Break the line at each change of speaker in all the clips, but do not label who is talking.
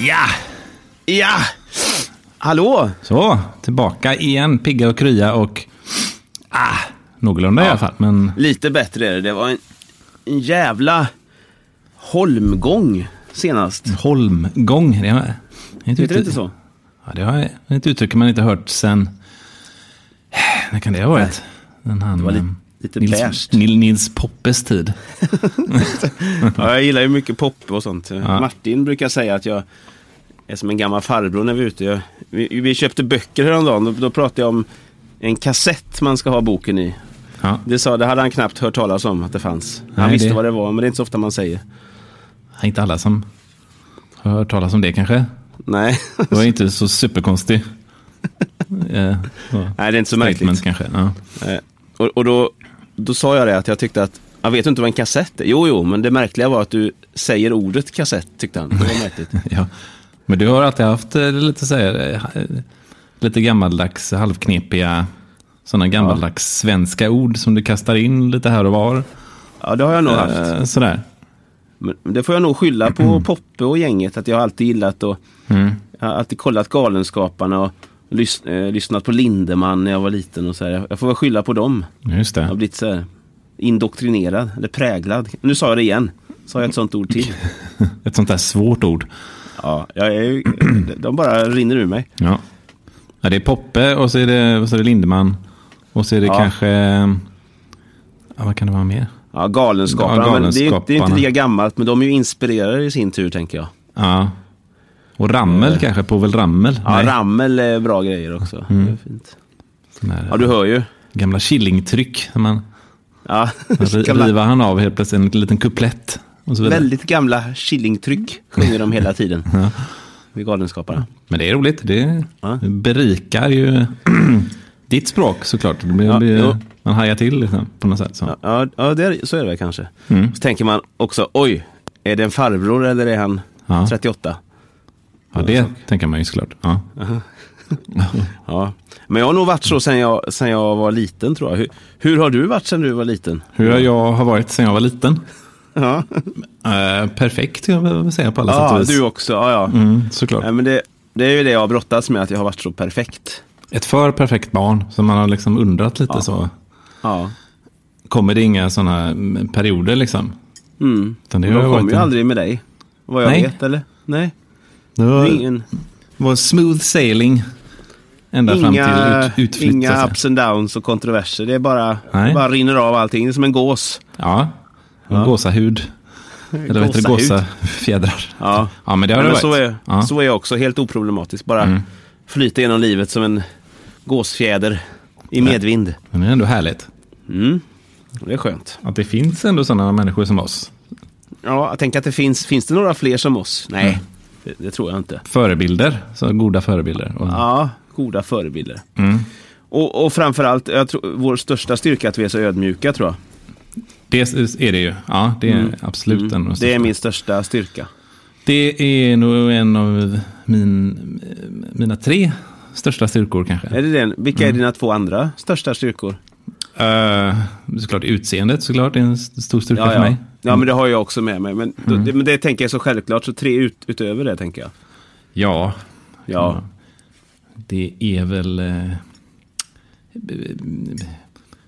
Ja! Ja! Hallå!
Så, tillbaka igen, pigga och krya och ah, någorlunda i alla fall. Men
Lite bättre är det. Det var en, en jävla holmgång senast.
Mm. holmgång, det är inte,
Heter det inte så?
Ja, det har det är ett uttryck man inte hört sen... När kan det ha varit? Den han, det
var li- lite
Mm. Nils,
beige.
Nils, Nils Poppes tid.
Ja, jag gillar ju mycket pop och sånt. Martin brukar säga att jag är som en gammal farbror när vi är ute. Jag, vi, vi köpte böcker häromdagen. Då, då pratade jag om en kassett man ska ha boken i.
Ja,
Det sa, det hade han knappt hört talas om att det fanns. Han
Nej,
visste
det-
vad det var, men det är inte så ofta man säger.
inte alla som har hört talas om det kanske.
Nej,
Det var inte så superkonstig. Eh, så.
Nej det är inte så
Statement
märkligt.
kanske. Ja.
Eh, Och, och då, då sa jag det att jag tyckte att, jag vet inte vad en kassett är. Jo, jo, men det märkliga var att du säger ordet kassett, tyckte han. Det var märkligt.
Ja. Men du har alltid haft eh, lite, så här, eh, lite gammaldags, halvknepiga, sådana gammaldags svenska ord som du kastar in lite här och var.
Ja, det har jag nog haft. Mm.
Eh, Sådär.
Men det får jag nog skylla på Poppe och gänget att jag har alltid gillat och jag har alltid kollat Galenskaparna och lys- eh, lyssnat på Lindemann när jag var liten och så här. Jag- Jag får väl skylla på dem.
Just
Jag har
det.
blivit så här indoktrinerad eller präglad. Nu sa jag det igen. Sa jag ett sånt ord till?
Ett sånt där svårt ord.
Ja, jag är ju, de bara rinner ur mig.
Ja. Ja, det är Poppe och så är det, och så är det Lindeman. Och så är det
Ja.
kanske... eh, Ja, vad kan det vara mer?
Ja, Galenskaparna.
Ja,
Men det, är, ju- det är ju inte
Galenskaparna.
lika gammalt, men de är ju inspirerade i sin tur, tänker jag.
Ja. Och Rammel kanske, Povel Rammel.
Eh. Ja,
Nej, Mm.
Rammel är bra grejer också. Det är fint.
sån där,
Ja, du hör ju.
Gamla killingtryck. när Man,
Ja.
man ri-
Gamla-
rivar han av helt plötsligt en liten kuplett. Och så vidare.
Väldigt gamla Killingtryck sjunger de hela tiden. Vid Galenskaparna.
Men det är roligt. Det
Ja.
berikar ju ditt språk såklart. Det blir,
Ja,
blir,
jo.
man hajar till liksom, på något sätt. Så. Ja.
Ja, ja det är, så är det väl kanske.
Mm.
Så tänker man också, oj, är det en farbror eller är han
Ja.
38?
det tänker man ju såklart. Ja.
Ja. Men jag har nog varit så sen jag, sen jag var liten tror jag. Hur, hur har du varit sen du var liten?
Hur jag har varit sedan jag var liten?
Ja,
Eh, perfekt, jag vill säga på alla sätt
ja
och vis.
du också. Ja, ja.
Mm, såklart.
Nej, men det, det är ju det jag har brottats med, att jag har varit så perfekt.
Ett för perfekt barn som man har liksom undrat lite så.
Ja.
Kommer det inga sådana perioder liksom?
Mm.
Utan det
Men
har
de
varit
kommer ju
en-
aldrig med dig, vad jag
Nej.
vet. Eller? Nej,
Det
det
var,
är ingen,
var smooth sailing. Ända fram till
Inga,
ut, utflytt. så
inga
att
ups and downs och kontroverser. Det är bara,
Nej.
det bara rinner av allting. Det är som en gås.
säga. Ja, en gåsahud. Eller vad heter det?
Gåsahud.
Gåsafjädrar.
Ja.
ja, men det har
Nej,
det
men
varit.
så, är,
ja. Mm.
så är jag också. Helt oproblematisk. Bara flyta genom livet som en gåsfjäder i medvind.
Men det är ändå härligt.
Mm. Det är skönt.
Att det finns ändå sådana människor som oss.
Ja, jag tänker att det finns, finns det några fler som oss? Nej,
Mm.
det, det tror jag inte.
Förebilder, så goda förebilder. Och,
Ja, goda förebilder.
Mm.
Och, och framförallt, jag tror, vår största styrka är att vi är så ödmjuka tror jag.
Det är det ju. Ja, det är absolut en av de
Mm. Det är
största.
min största styrka.
Det är nog en av min, mina tre största styrkor kanske.
Är det den? Vilka
Mm.
är dina två andra största styrkor?
Eh, såklart utseendet såklart är en st- stor styrka
Ja,
för mig. Mm.
ja. ja, men det har jag också med mig. Men, då, det, men det tänker jag är så självklart, så tre ut, utöver det tänker jag.
Ja,
Ja,
Mm. det är väl eh,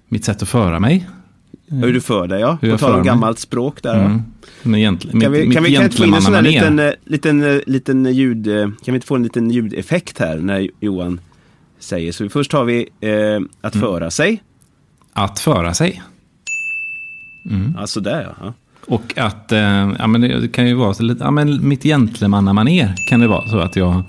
mitt sätt att föra mig.
hur du för dig ja.
Hur jag
På tal
för
om
mig.
gammalt språk där.
Mm.
Ja.
Men egentligen,
Kan
mitt,
vi,
mitt
kan vi kan vi få in en sån här
gentlemannamanér.
liten, eh, liten, eh, liten ljud, eh, kan vi inte få en liten ljudeffekt här när Johan säger. Så först har vi eh, att
Mm.
föra sig.
Att föra sig. Mm.
Ja, sådär ja.
Och att, eh, ja men det kan ju vara så lite, ja men mitt gentlemannamanér kan det vara så att jag,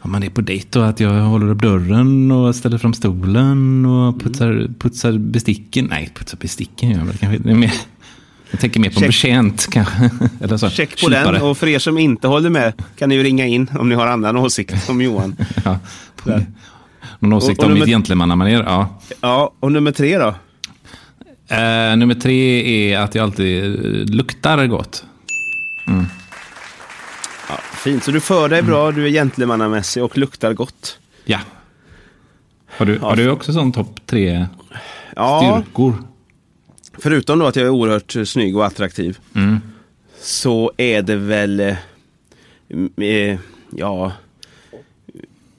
om man är på dejt och att jag håller upp dörren och ställer fram stolen
Mm.
och putsar, putsar besticken, nej putsar besticken gör jag väl kanske inte, det är mer, jag tänker mer på
Check.
en betjänt kanske. Eller så,
Check på
kypare.
den och för er som inte håller med kan ni ju ringa in om ni har annan åsikt om Johan.
Ja,
Där.
någon åsikt
Och- och
om
nummer-
mitt gentlemannamanér, ja.
Ja, och nummer tre då?
Eh, nummer tre är att jag alltid eh, luktar gott.
Ja, fint, så du för dig bra, du är gentlemannamässig och luktar gott.
Ja. Har du, har du också sån topp tre
Ja,
styrkor?
förutom då att
Mm.
jag är oerhört eh, snygg och attraktiv. Så är det väl eh, m- eh, ja,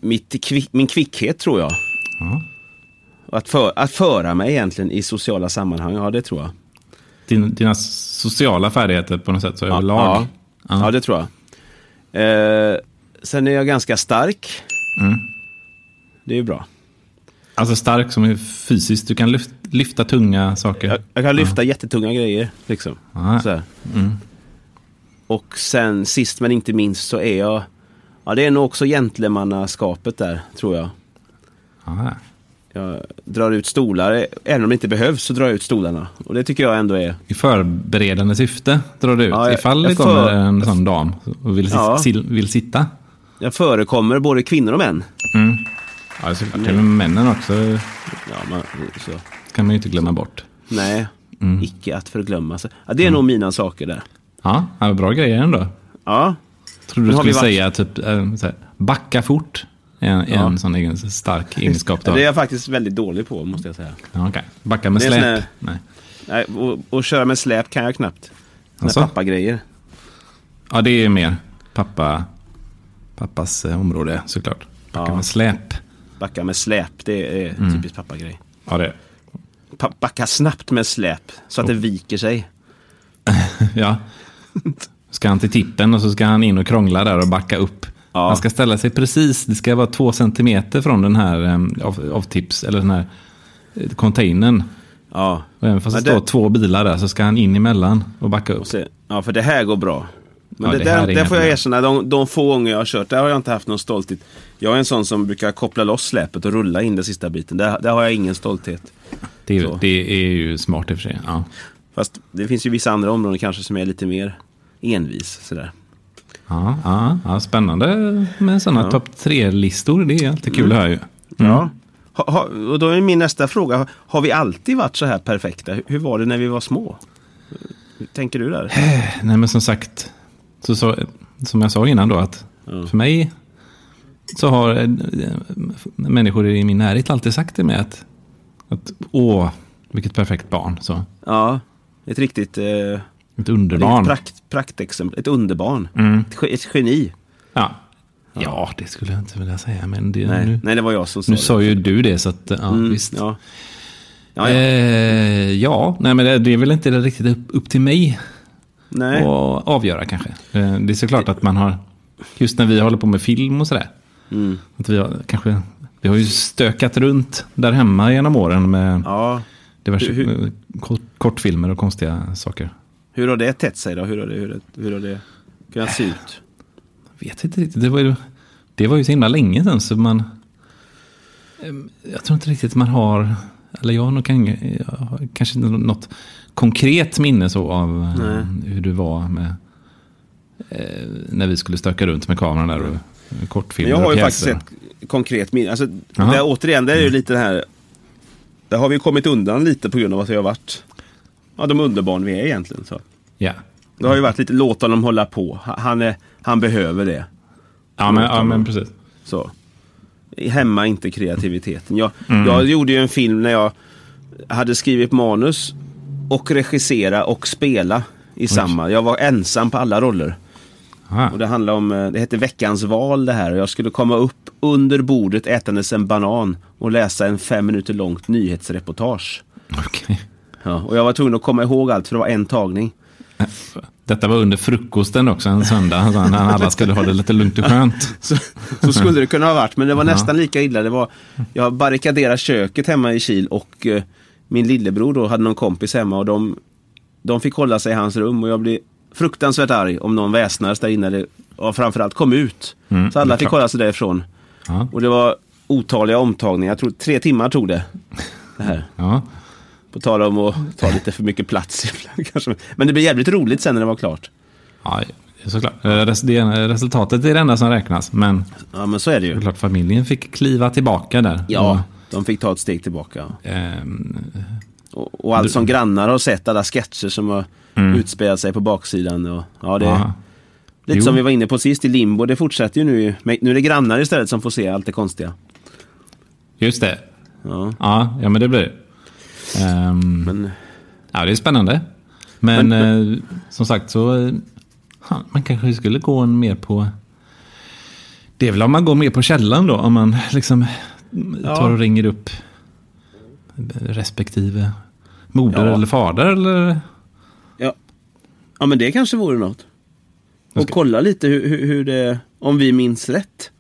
mitt kvick, min kvickhet tror jag.
Ja.
Att, för, att föra mig egentligen i sociala sammanhang, ja det tror jag.
Din, dina sociala färdigheter på något sätt så överlag.
Ja, ja. det tror jag. Eh, sen är jag ganska stark.
Mm.
Det är ju bra.
Alltså stark som är fysiskt. Du kan lyft, lyfta tunga saker.
Jag, jag kan lyfta jättetunga grejer. Liksom.
Ja. Mm.
Så här. Och sen sist men inte minst så är jag... Ja, det är nog också gentlemannaskapet där, tror jag.
Ja.
Jag drar ut stolar, även om det inte behövs så drar jag ut stolarna. Och det tycker jag ändå är...
I förberedande syfte drar du ut.
Ja, jag-
Ifall det
jag
kommer
för-
en sån dam och vill, sit-
Ja.
sil- vill sitta.
Jag förekommer både kvinnor och män.
Ja, såklart.
Mm.
Men männen också
Ja, man, så.
kan man ju inte glömma bort.
Nej,
Mm.
icke att förglömma. sig. Ja, det är nog mina saker där.
Ja, ja, bra grejer ändå.
Ja,
Tror du
Nu har
skulle
vi varit-
säga typ eh, så här, backa fort. En, en sån egen stark egenskap. Då.
det är jag faktiskt väldigt dålig på, måste jag säga.
Ja, okej. Backa med
Det är
släp.
sån här-
Nej.
Nej, och, och köra med släp kan jag knappt. Såna
Alltså?
pappagrejer.
Ja, det är mer pappa, pappas eh, område såklart. Backa
Ja.
med släp.
Backa med släp, det är
Mm.
typiskt pappagrej.
Ja, det.
Pa- backa snabbt med släp, så att det viker sig.
ja. Ska han till tippen och så ska han in och krångla där och backa upp.
Ja.
Han ska ställa sig precis, det ska vara två centimeter från den här eh, av- avtips, eller den här eh, containern.
Ja.
Och även fast det,
Men
står
det-
två bilar där så ska han in emellan och backa upp.
Och se- Ja, för det här går bra. Men
Ja,
det,
det här är
där,
inga
där får jag
problem.
erkänna, de, de få gånger jag har kört, där har jag inte haft någon stolthet. Jag är en sån som brukar koppla loss släpet och rulla in den sista biten. Där, där har jag ingen stolthet.
Det, är-
Så.
det är ju smart i och för sig. Ja.
Fast det finns ju vissa andra områden kanske som är lite mer envis. Sådär.
Ja, ja, ja, spännande med sådana topp tre-listor. Det är alltid kul att höra ju.
Mm.
Mm.
Ja. Ha, ha, och då är min nästa fråga, har vi alltid varit så här perfekta? Hur, hur var det när vi var små? Hur tänker du där?
Nej, men som sagt, så, så, som jag sa innan då, att för mig så har eh, människor i min närhet alltid sagt till mig att, att åh, vilket perfekt barn. Så,
Ja, ett riktigt... Eh,
ett
Det är
underbarn.
ett prakt, praktexempel, ett underbarn. Ett, ge- ett geni.
ja. ja, det skulle jag inte vilja säga, men det,
Nej,
nu,
nej, det var jag som sa
Mm. nu
det.
sa ju du det, så att ja,
Mm,
visst.
Ja. Ja, ja.
Eh, ja, nej men det, det är väl inte riktigt upp, upp till mig
nej.
att avgöra kanske. Eh, Det är såklart att man har, just när vi håller på med film och sådär,
Mm.
att vi har, kanske, vi har ju stökat runt där hemma genom åren med
ja.
diverse
hur-
eh, kort, kortfilmer och konstiga saker.
Hur har det tätt sig då? Hur har det, hur har det, hur har det kunnat se ut?
Jag vet inte riktigt, det var ju, det var ju så himla länge sedan så man, eh, jag tror inte riktigt man har, eller jag har nog kan, jag har kanske inte något konkret minne så av eh,
Nej.
hur du var med, eh, när vi skulle stöka runt med kameran där och eh,
Men
kortfilmer
jag har
och
ju faktiskt
pjäser.
ett konkret minne. Alltså,
Jaha.
där, återigen, det är ju lite det här... Där har vi ju kommit undan lite på grund av att vi har varit ja, de underbarn vi är egentligen. Så.
Ja.
Det har ju varit lite låt honom hålla på. Ha- Han, är, han behöver det.
Ja, men, ja, men precis.
Så. Hämma inte kreativiteten. Jag, jag gjorde ju en film när jag hade skrivit manus och regissera och spela i samma. Jag var ensam på alla roller.
Ja.
Och det handlade om, eh, det hette Veckans val det här. Och jag skulle komma upp under bordet ätandes en banan och läsa en fem minuter långt nyhetsreportage.
Okej.
Ja, och jag var tvungen att komma ihåg allt för det var en tagning.
Detta var under frukosten också en söndag, så när alla skulle ha det lite lugnt och skönt.
Så, så skulle det kunna ha varit, men det var nästan lika illa. Det var, jag barrikaderade köket hemma i Kil och eh, min lillebror då hade någon kompis hemma och de, de fick hålla sig i hans rum och jag blev fruktansvärt arg om någon väsnades där inne eller ja, framförallt kom ut.
Mm,
så alla
det är
fick
klart.
hålla sig därifrån.
Ja.
Och det var otaliga omtagningar, jag tror tre timmar tog det. det här.
Ja.
På tal om att ta lite för mycket plats ibland kanske. Men det blev jävligt roligt sen när det var klart.
ja, såklart. Eh, res- det- eh, Resultatet är det enda som räknas, men
Ja men så är det ju.
såklart familjen fick kliva tillbaka där.
Ja, de fick ta ett steg tillbaka.
Och, ehm,
Och, och allt som grannar har sett, alla sketcher som har
Mm.
utspelat sig på baksidan. Och, ja, det,
ja.
lite
Jo.
som vi var inne på sist i Limbo, det fortsätter ju nu. Men nu är det grannar istället som får se allt det konstiga.
Just det.
Ja,
Ja, ja, men det blir det. Ehm,
men,
Ja, det är spännande. Men, eh, som sagt så... eh, Han, man kanske skulle gå en mer på Det är väl om man går mer på källan då, om man liksom
Ja.
tar och ringer upp respektive moder
Ja.
eller fader eller?
Ja. ja, men det kanske vore något. Och
Okej.
kolla lite hur, hur, hur det, om vi minns rätt.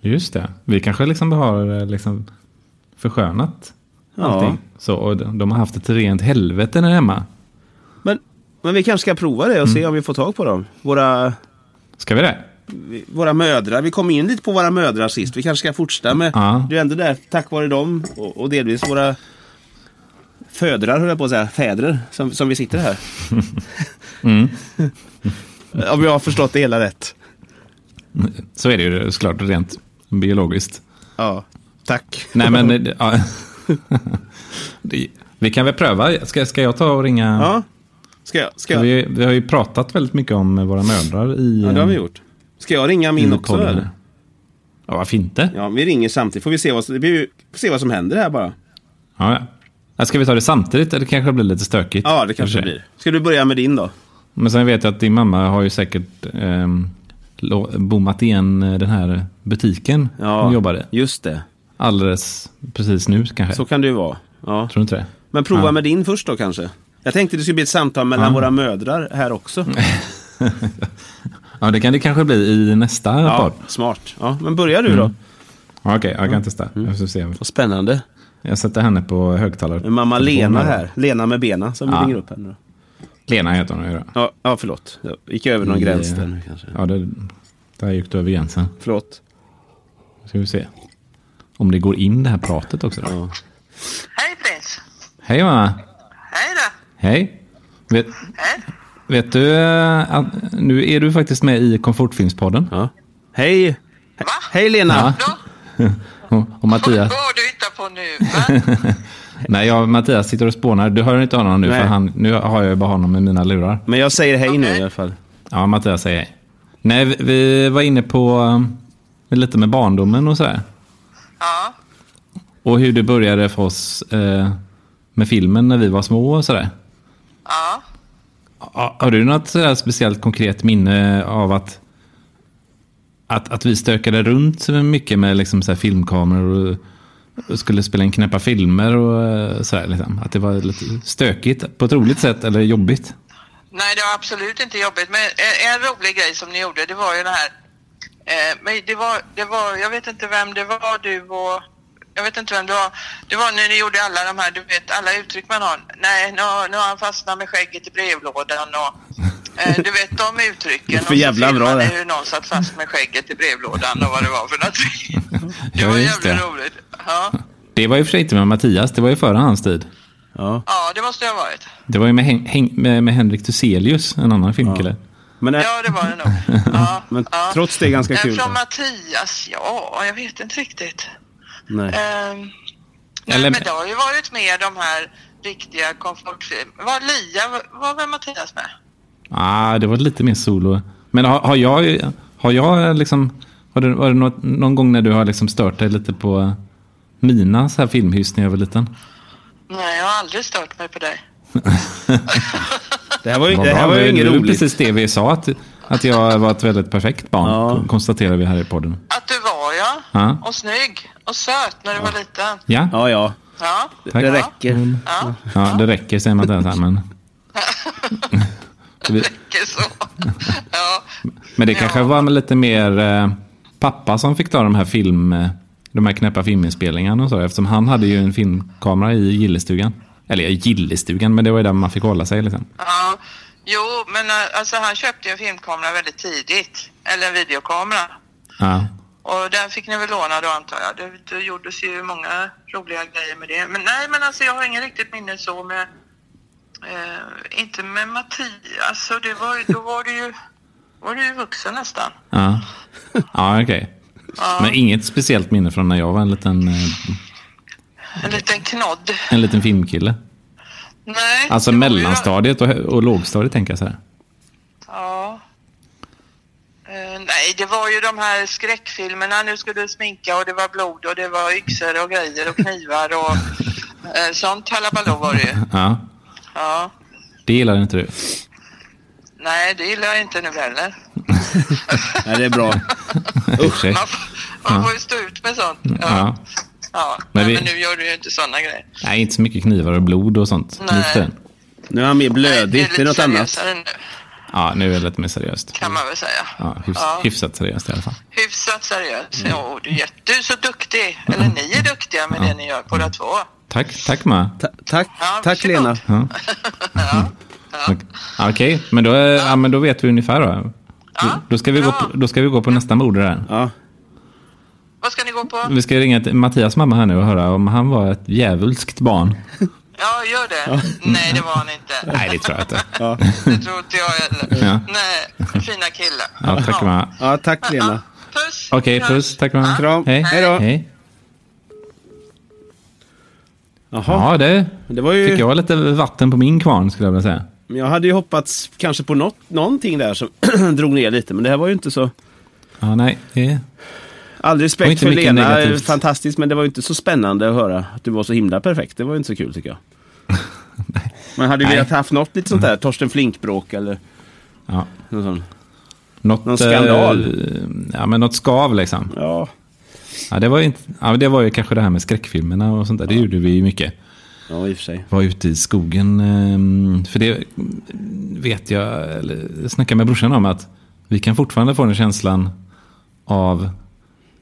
Just det, vi kanske liksom har eh, liksom förskönat
Ja.
allting. Så, och de de har haft ett rent helvete där hemma.
Men, men vi kanske ska prova det och
Mm.
se om vi får tag på dem. Våra,
Ska vi det?
vi- våra mödrar, vi kom in lite på våra mödrar sist. Vi kanske ska fortsätta med,
Ja.
det är ändå där tack vare dem och, och delvis våra födrar höll jag på att säga, fäder som, som vi sitter här.
Mm.
om jag har förstått det hela rätt.
Så är det ju såklart rent biologiskt.
Ja, tack.
Nej men, eh, det- ja. Det- vi kan väl pröva. Ska, ska jag ta och ringa?
Ja, ska jag? Ska jag?
Vi, vi har ju pratat väldigt mycket om eh, våra mödrar i...
Ja, det har vi
eh,
gjort. Ska jag ringa
i
min också
podden.
eller?
Ja, varför inte? Ja.
Ja, vi ringer samtidigt. Får vi se vad, det blir, ju- får se vad som händer här bara.
Ja, Ja, Ska vi ta det samtidigt eller kanske det blir lite stökigt?
Ja, det kanske
Kanske.
det blir. Ska du börja med din då?
Men sen vet jag att din mamma har ju säkert ehm, lo- bommat igen eh, den här butiken hon jobbade.
Just det.
Alldeles precis nu kanske.
Så kan det ju vara. Ja.
Tror du inte det?
Men prova
Ja.
med din först då kanske. Jag tänkte det skulle bli ett samtal mellan
Ja.
våra mödrar här också.
Ja, det kan det kanske bli i nästa
Ja,
podd.
smart. Ja, men börja du
Mm.
då.
Ja, Okej, jag
Mm.
kan testa. Jag, får se.
Vad spännande.
jag sätter henne på högtalare.
Mamma Lena
Telefonen.
här. Lena med bena som
Ja.
ringer upp henne. då.
Lena heter hon. ju då.
Ja, ja, förlåt. Jag gick över någon
I,
gräns
eh,
där nu kanske.
Ja, det, där gick du över gränsen.
Förlåt.
Ska vi se. Om det går in det här pratet också. Då.
Hej prins!
Hej mamma.
Hej då!
Hej. Vet,
Hej!
vet du, eh, att nu är du faktiskt med i Komfortfilmspodden.
Ja. Hej! He-
Va?
Hej Lena!
Ja.
Då,
Och, och Mattias,
vad har du hittat på nu? Va?
nej, jag och Mattias sitter och spånar. Du hör inte honom nu
Nej.
för han, nu har jag ju bara honom i mina lurar.
Men jag säger hej nu
Okej.
i alla fall.
Ja, Mattias säger hej. Nej, vi, vi var inne på eh, lite med barndomen och sådär.
Ja,
Och hur det började för oss eh, med filmen när vi var små och sådär.
ja.
Ja, Har du något sådär speciellt konkret minne av att, att, att vi stökade runt så mycket med liksom sådär filmkameror och, och skulle spela in knäppa filmer och eh, sådär liksom? Att det var lite stökigt på ett roligt sätt eller jobbigt?
Nej, det var absolut inte jobbigt. Men en, en rolig grej som ni gjorde, det var ju den här... Eh, men det var, det var, jag vet inte vem det var du och... Jag vet inte vem det var. Det var när ni gjorde alla de här, du vet, alla uttryck man har. Nej, nu, har- nu har han fastnat med skägget i brevlådan och... Eh, du vet de uttrycken.
Det är för
Och så
jävla bra
filmade
det.
hur någon satt fast med skägget i brevlådan och vad det var för någonting. Det
Ja,
var
just
jävligt
det.
roligt. Ja.
Det var ju för sig inte med Mattias, det var ju före hans tid.
Ja.
ja, det måste det ha varit.
Det var ju med, Hen- Hen- med, med Henrik Thyselius, en annan filmkille.
Men, eh,
Ja, det var det nog. Ja,
men
ja.
trots det ganska
Nej,
kul.
Från Mattias, ja, jag vet inte riktigt.
Nej.
Ehm,
Eller-
nej, men det har ju varit med de här riktiga komfortfilmerna. Var Lia, var- var väl Mattias med?
Ah, det var lite mer solo. Men har, har jag, har jag liksom, har det, var det något, någon gång när du har liksom stört dig lite på mina så här filmhyss när jag var liten?
Nej, jag har aldrig stört mig på dig.
Det här var ju,
Vad
det här
bra,
var ju
det
inget
är
roligt.
precis det vi sa, att, att jag var ett väldigt perfekt barn,
Ja.
kon- konstaterar vi här i podden.
Att du var, ja.
Ja.
Och snygg och söt när du var liten.
Ja, ja.
Ja, ja.
Tack.
Ja.
Mm.
Det räcker.
ja.
det räcker säger man inte ens här, men,
Det räcker så. Ja.
men det kanske
Ja.
var med lite mer eh, pappa som fick ta de här film, eh, de här knäppa filminspelningarna och så, eftersom han hade ju en filmkamera i gillestugan. Eller ja, gillestugan, men det var ju där man fick hålla sig liksom.
ja. Jo, men eh, alltså han köpte ju en filmkamera väldigt tidigt. Eller en videokamera.
Ja.
Och den fick ni väl låna då antar jag? Det, det gjordes ju många roliga grejer med det. Men nej, men alltså jag har inget riktigt minne så med... Eh, inte med Mattias. Alltså det var ju, då var du ju... Var du ju vuxen nästan.
Ja, ja okej. Men inget speciellt minne från när jag var en liten, eh,
En liten knodd.
en liten filmkille.
Nej.
Alltså
det var ju-
mellanstadiet och, hö- och lågstadiet tänker jag så här.
Ja. Eh, nej, det var ju de här skräckfilmerna. Nu skulle du sminka och det var blod och det var yxor och grejer och knivar och eh, sånt halabaloo var det ju.
Ja,
Ja.
det gillar inte du.
Nej, det gillar jag inte nu heller.
Nej, det är bra.
Usch.
Man, får- man får ju stå ut med sånt. Ja.
Mm, Ja.
Ja.
Men
Men,
vi-
men nu gör du ju inte sådana grejer.
Nej, inte så mycket knivar och blod och sånt.
Nej.
Nu för tiden.
Nu är han mer
Nej,
blödig. Det är något annat.
seriösare nu,
Ja, nu är det lite mer seriöst.
kan man väl säga.
Ja, hyfs,
Ja.
Hyfsat seriöst i alla fall.
Hyfsat seriös. Ja, du, är jätte- du är så duktig. Eller ni är duktiga med det ni gör båda två.
Tack, tack Ma.
Ta- tack,
Ja,
tack
varsågod.
Lena.
Ja. Okej, men, då, är- ja, men då vet vi ungefär då.
Ja,
Då ska, vi gå
bra.
på, då ska vi gå på nästa mode där.
Ja.
Vad ska ni gå på?
Vi ska ringa till Mattias mamma här nu och höra om han var ett djävulskt barn.
Ja, gör det. Nej, det var han inte.
Nej, det tror jag inte.
Ja.
Det tror inte jag heller.
Ja.
Nej, fina killar.
Ja, tack Ma.
ja, tack Lena.
Puss.
Okej, puss. Tack Ma.
Kram.
Hej.
Hej då.
Hej.
Jaha,
Ja, det
det var ju...
fick jag lite vatten på min kvarn skulle jag vilja säga.
Men Jag hade ju hoppats kanske på något, någonting där som drog ner lite, men det här var ju inte så...
Ja, nej. det-
All
Och
respekt
inte
för
mycket
Lena,
negativt.
fantastiskt, men det var ju inte så spännande att höra att du var så himla perfekt. Det var ju inte så kul tycker jag. Man hade ju
Nej. Mm.
velat haft något lite sånt där, Torsten Flink-bråk eller
Ja.
något sånt.
Något,
Någon skandal.
eh, ja, men något skav liksom.
Ja,
Ja, det, var ju inte, ja, det var ju kanske det här med skräckfilmerna och sånt där. Det gjorde vi ju mycket.
ja i och för sig.
Var ute i skogen. ehm, För det vet jag, eller jag snackade med brorsan om att vi kan fortfarande få den känslan av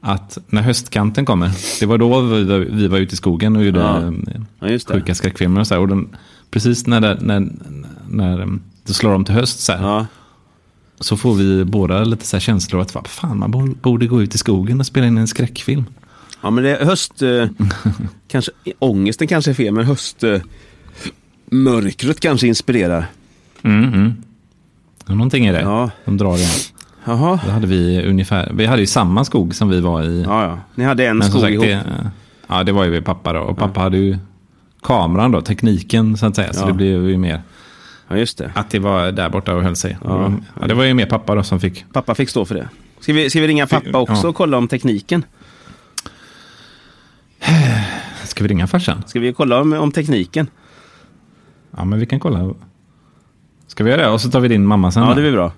att när höstkanten kommer. Det var då vi var, vi var ute i skogen och gjorde
Ja.
ehm,
Ja, just det.
sjuka skräckfilmer och så här. Och den, precis när, det, när, när ehm, det slår om till höst så här.
Ja,
Så får vi båda lite så här känslor att "Va, fan, man borde- borde gå ut i skogen och spela in en skräckfilm.
ja men det är höst... Eh, kanske, ångesten kanske är fel, men höst... Eh, mörkret kanske inspirerar.
Mm, mm. Någonting är det.
Ja.
De drar igen.
Jaha.
Då hade vi ungefär, vi hade ju samma skog som vi var i.
Ja, ja. Ni hade en
Men som
skog ihop.
det, ja, det var ju pappa då. Och pappa hade ju kameran då, tekniken så att säga. Så
Ja.
det blev ju mer
Ja, just det.
att det var där borta och höll sig.
Ja.
Ja, det var ju mer pappa då som fick.
Pappa fick stå för det. Ska vi, ska vi ringa pappa också
Ja.
och kolla om tekniken?
Ska vi ringa farsan?
Ska vi kolla om, om tekniken?
Ja, men vi kan kolla. Ska vi göra det? Och så tar vi din mamma sen
Ja,
då?
det blir bra.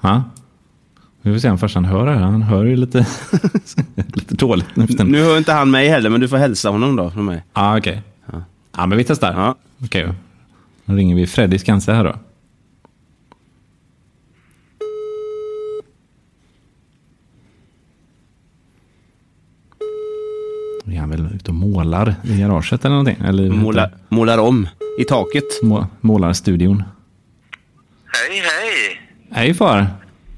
Ja. Vi får se om farsan hör det här. Han hör ju lite, lite dåligt nu för tiden.
Nu hör inte han mig heller, men du får hälsa honom då från mig.
Ja, okej. Ja, men vi testar.
Ja.
Okej. Då ringer vi Freddy Skanse här då. Är han väl ute och målar i garaget eller någonting? Eller vad heter
Måla,
det?
målar om i taket.
Må, målarstudion.
Hej, hej!
Hej far!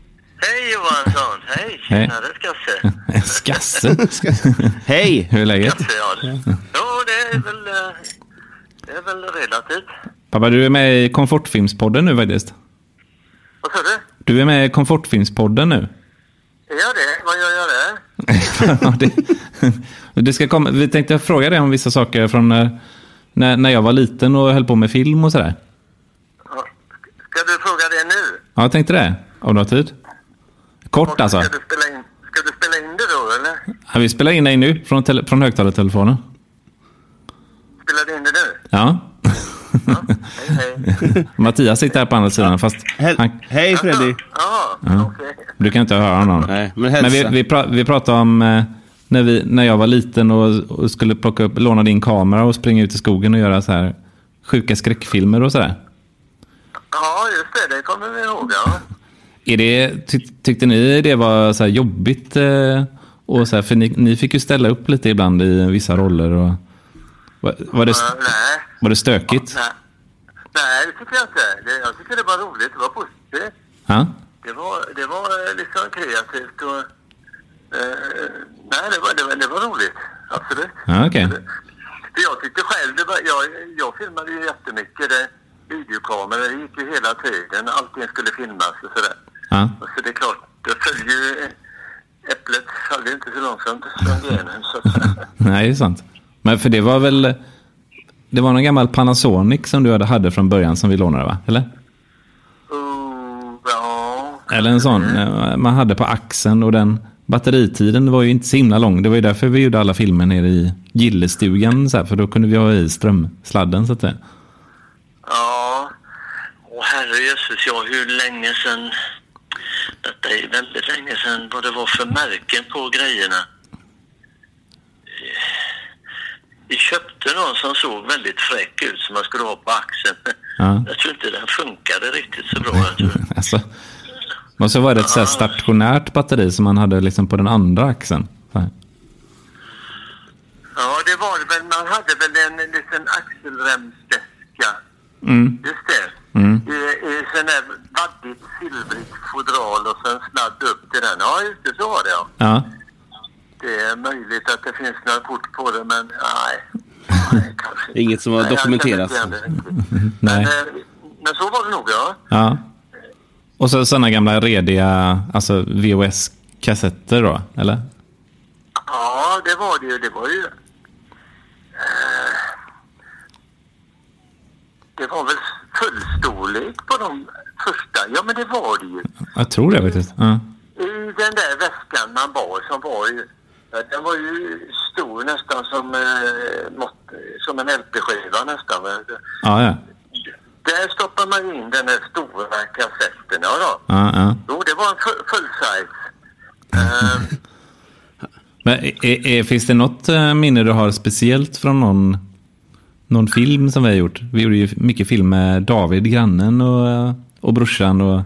Hej Johansson! Hej! Tjenare Skasse!
Skasse!
Hej!
Hur är läget?
Skasse, ja. Jo, det är väl... eh, Det är väl relativt.
Pappa, du är med i Komfortfilmspodden nu faktiskt.
Vad sa du?
Du är med i Komfortfilmspodden nu.
Är jag det? Vad gör jag där?
Ja, det, det ska komma, vi tänkte fråga dig om vissa saker från när, när, när jag var liten och höll på med film och sådär.
Ja. Ska du fråga det nu?
Ja, jag tänkte det. Om du har tid. Kort alltså.
Ska du spela in, ska du spela in det då, eller?
Ja, vi spelar in dig nu från, tele, från högtalartelefonen.
Spelar du in det nu?
Ja.
Hej, hej!
Mattias sitter här på andra sidan fast han,
Hel- Hej Freddy!
Ja, okej.
du kan inte höra honom.
Nej, men hälsa.
Men vi, vi, pra, vi pratade om eh, när, vi, när jag var liten och, och skulle plocka upp, låna din kamera och springa ut i skogen och göra så här sjuka skräckfilmer och sådär.
Ja, just det. Det kommer vi ihåg, ja.
Är det, ty, tyckte ni det var så här jobbigt? Eh, och så här, för ni, ni fick ju ställa upp lite ibland i vissa roller. Och, var, var, det,
Ja, Nej,
var det stökigt?
nej. Nej, det tycker jag inte. Det, jag tycker det var roligt. Det var positivt.
Ja?
Det var, det var eh, liksom kreativt och... Eh, nej, det var, det, var, det var roligt. Absolut.
Ja, okej.
För jag tyckte själv, det var, jag, jag filmade ju jättemycket. Det, videokameror, det gick ju hela tiden. Allting skulle filmas och sådär.
Ja.
Och så det är klart, det följde ju... eh, Äpplet faller ju inte så långsamt från grenen. Så, att-
Nej, det är sant. Men för det var väl... Det var någon gammal Panasonic som du hade, hade från början som vi lånade, va? Eller?
oh, ja.
Eller en sån eh, man hade på axeln och den batteritiden var ju inte så himla lång. Det var ju därför vi gjorde alla filmer nere i gillestugan så här, för då kunde vi ha i strömsladden så att säga.
Ja. Åh herrejösses, ja hur länge sedan... Detta det är väldigt länge sedan vad det var för märken på grejerna. Eh, Vi köpte någon som såg väldigt fräck ut som man skulle ha på axeln.
Ja.
Jag tror inte den funkade riktigt så bra. Jag tror.
alltså. Och så var det ett så här stationärt batteri som man hade liksom på den andra axeln. Så här.
Ja, det var det väl. Man hade väl en liten axelremsväska.
Mm.
Just det. I, I sån där vaddigt silvrigt fodral och sen sladd upp till den. Ja, just det. Så var det ja.
Ja.
Det är möjligt att det finns några kort på det, men nej. nej kanske inte.
Inget som har
Nej, jag känner
dokumenterats.
inte igen det riktigt. Men,
Nej.
eh, men så var det nog ja.
Ja. Och så sådana gamla rediga alltså VHS-kassetter då, eller?
Ja, det var det ju. Det var ju... eh, Det var väl fullstorlek på de första. Ja, men det var det ju.
Jag tror det faktiskt. Ja.
I den där väskan man bar som var ju... ja, Den var ju stor nästan som, eh, mått, som en LP-skiva nästan. va.
Ja, ja.
Där stoppade man ju in den där stora kassetten. Ja, då.
ja, ja.
Jo, det var en full, full size. Eh,
Men är, är, är, finns det något eh, minne du har speciellt från någon, någon film som vi har gjort? Vi gjorde ju mycket film med David, grannen och, eh, och brorsan och,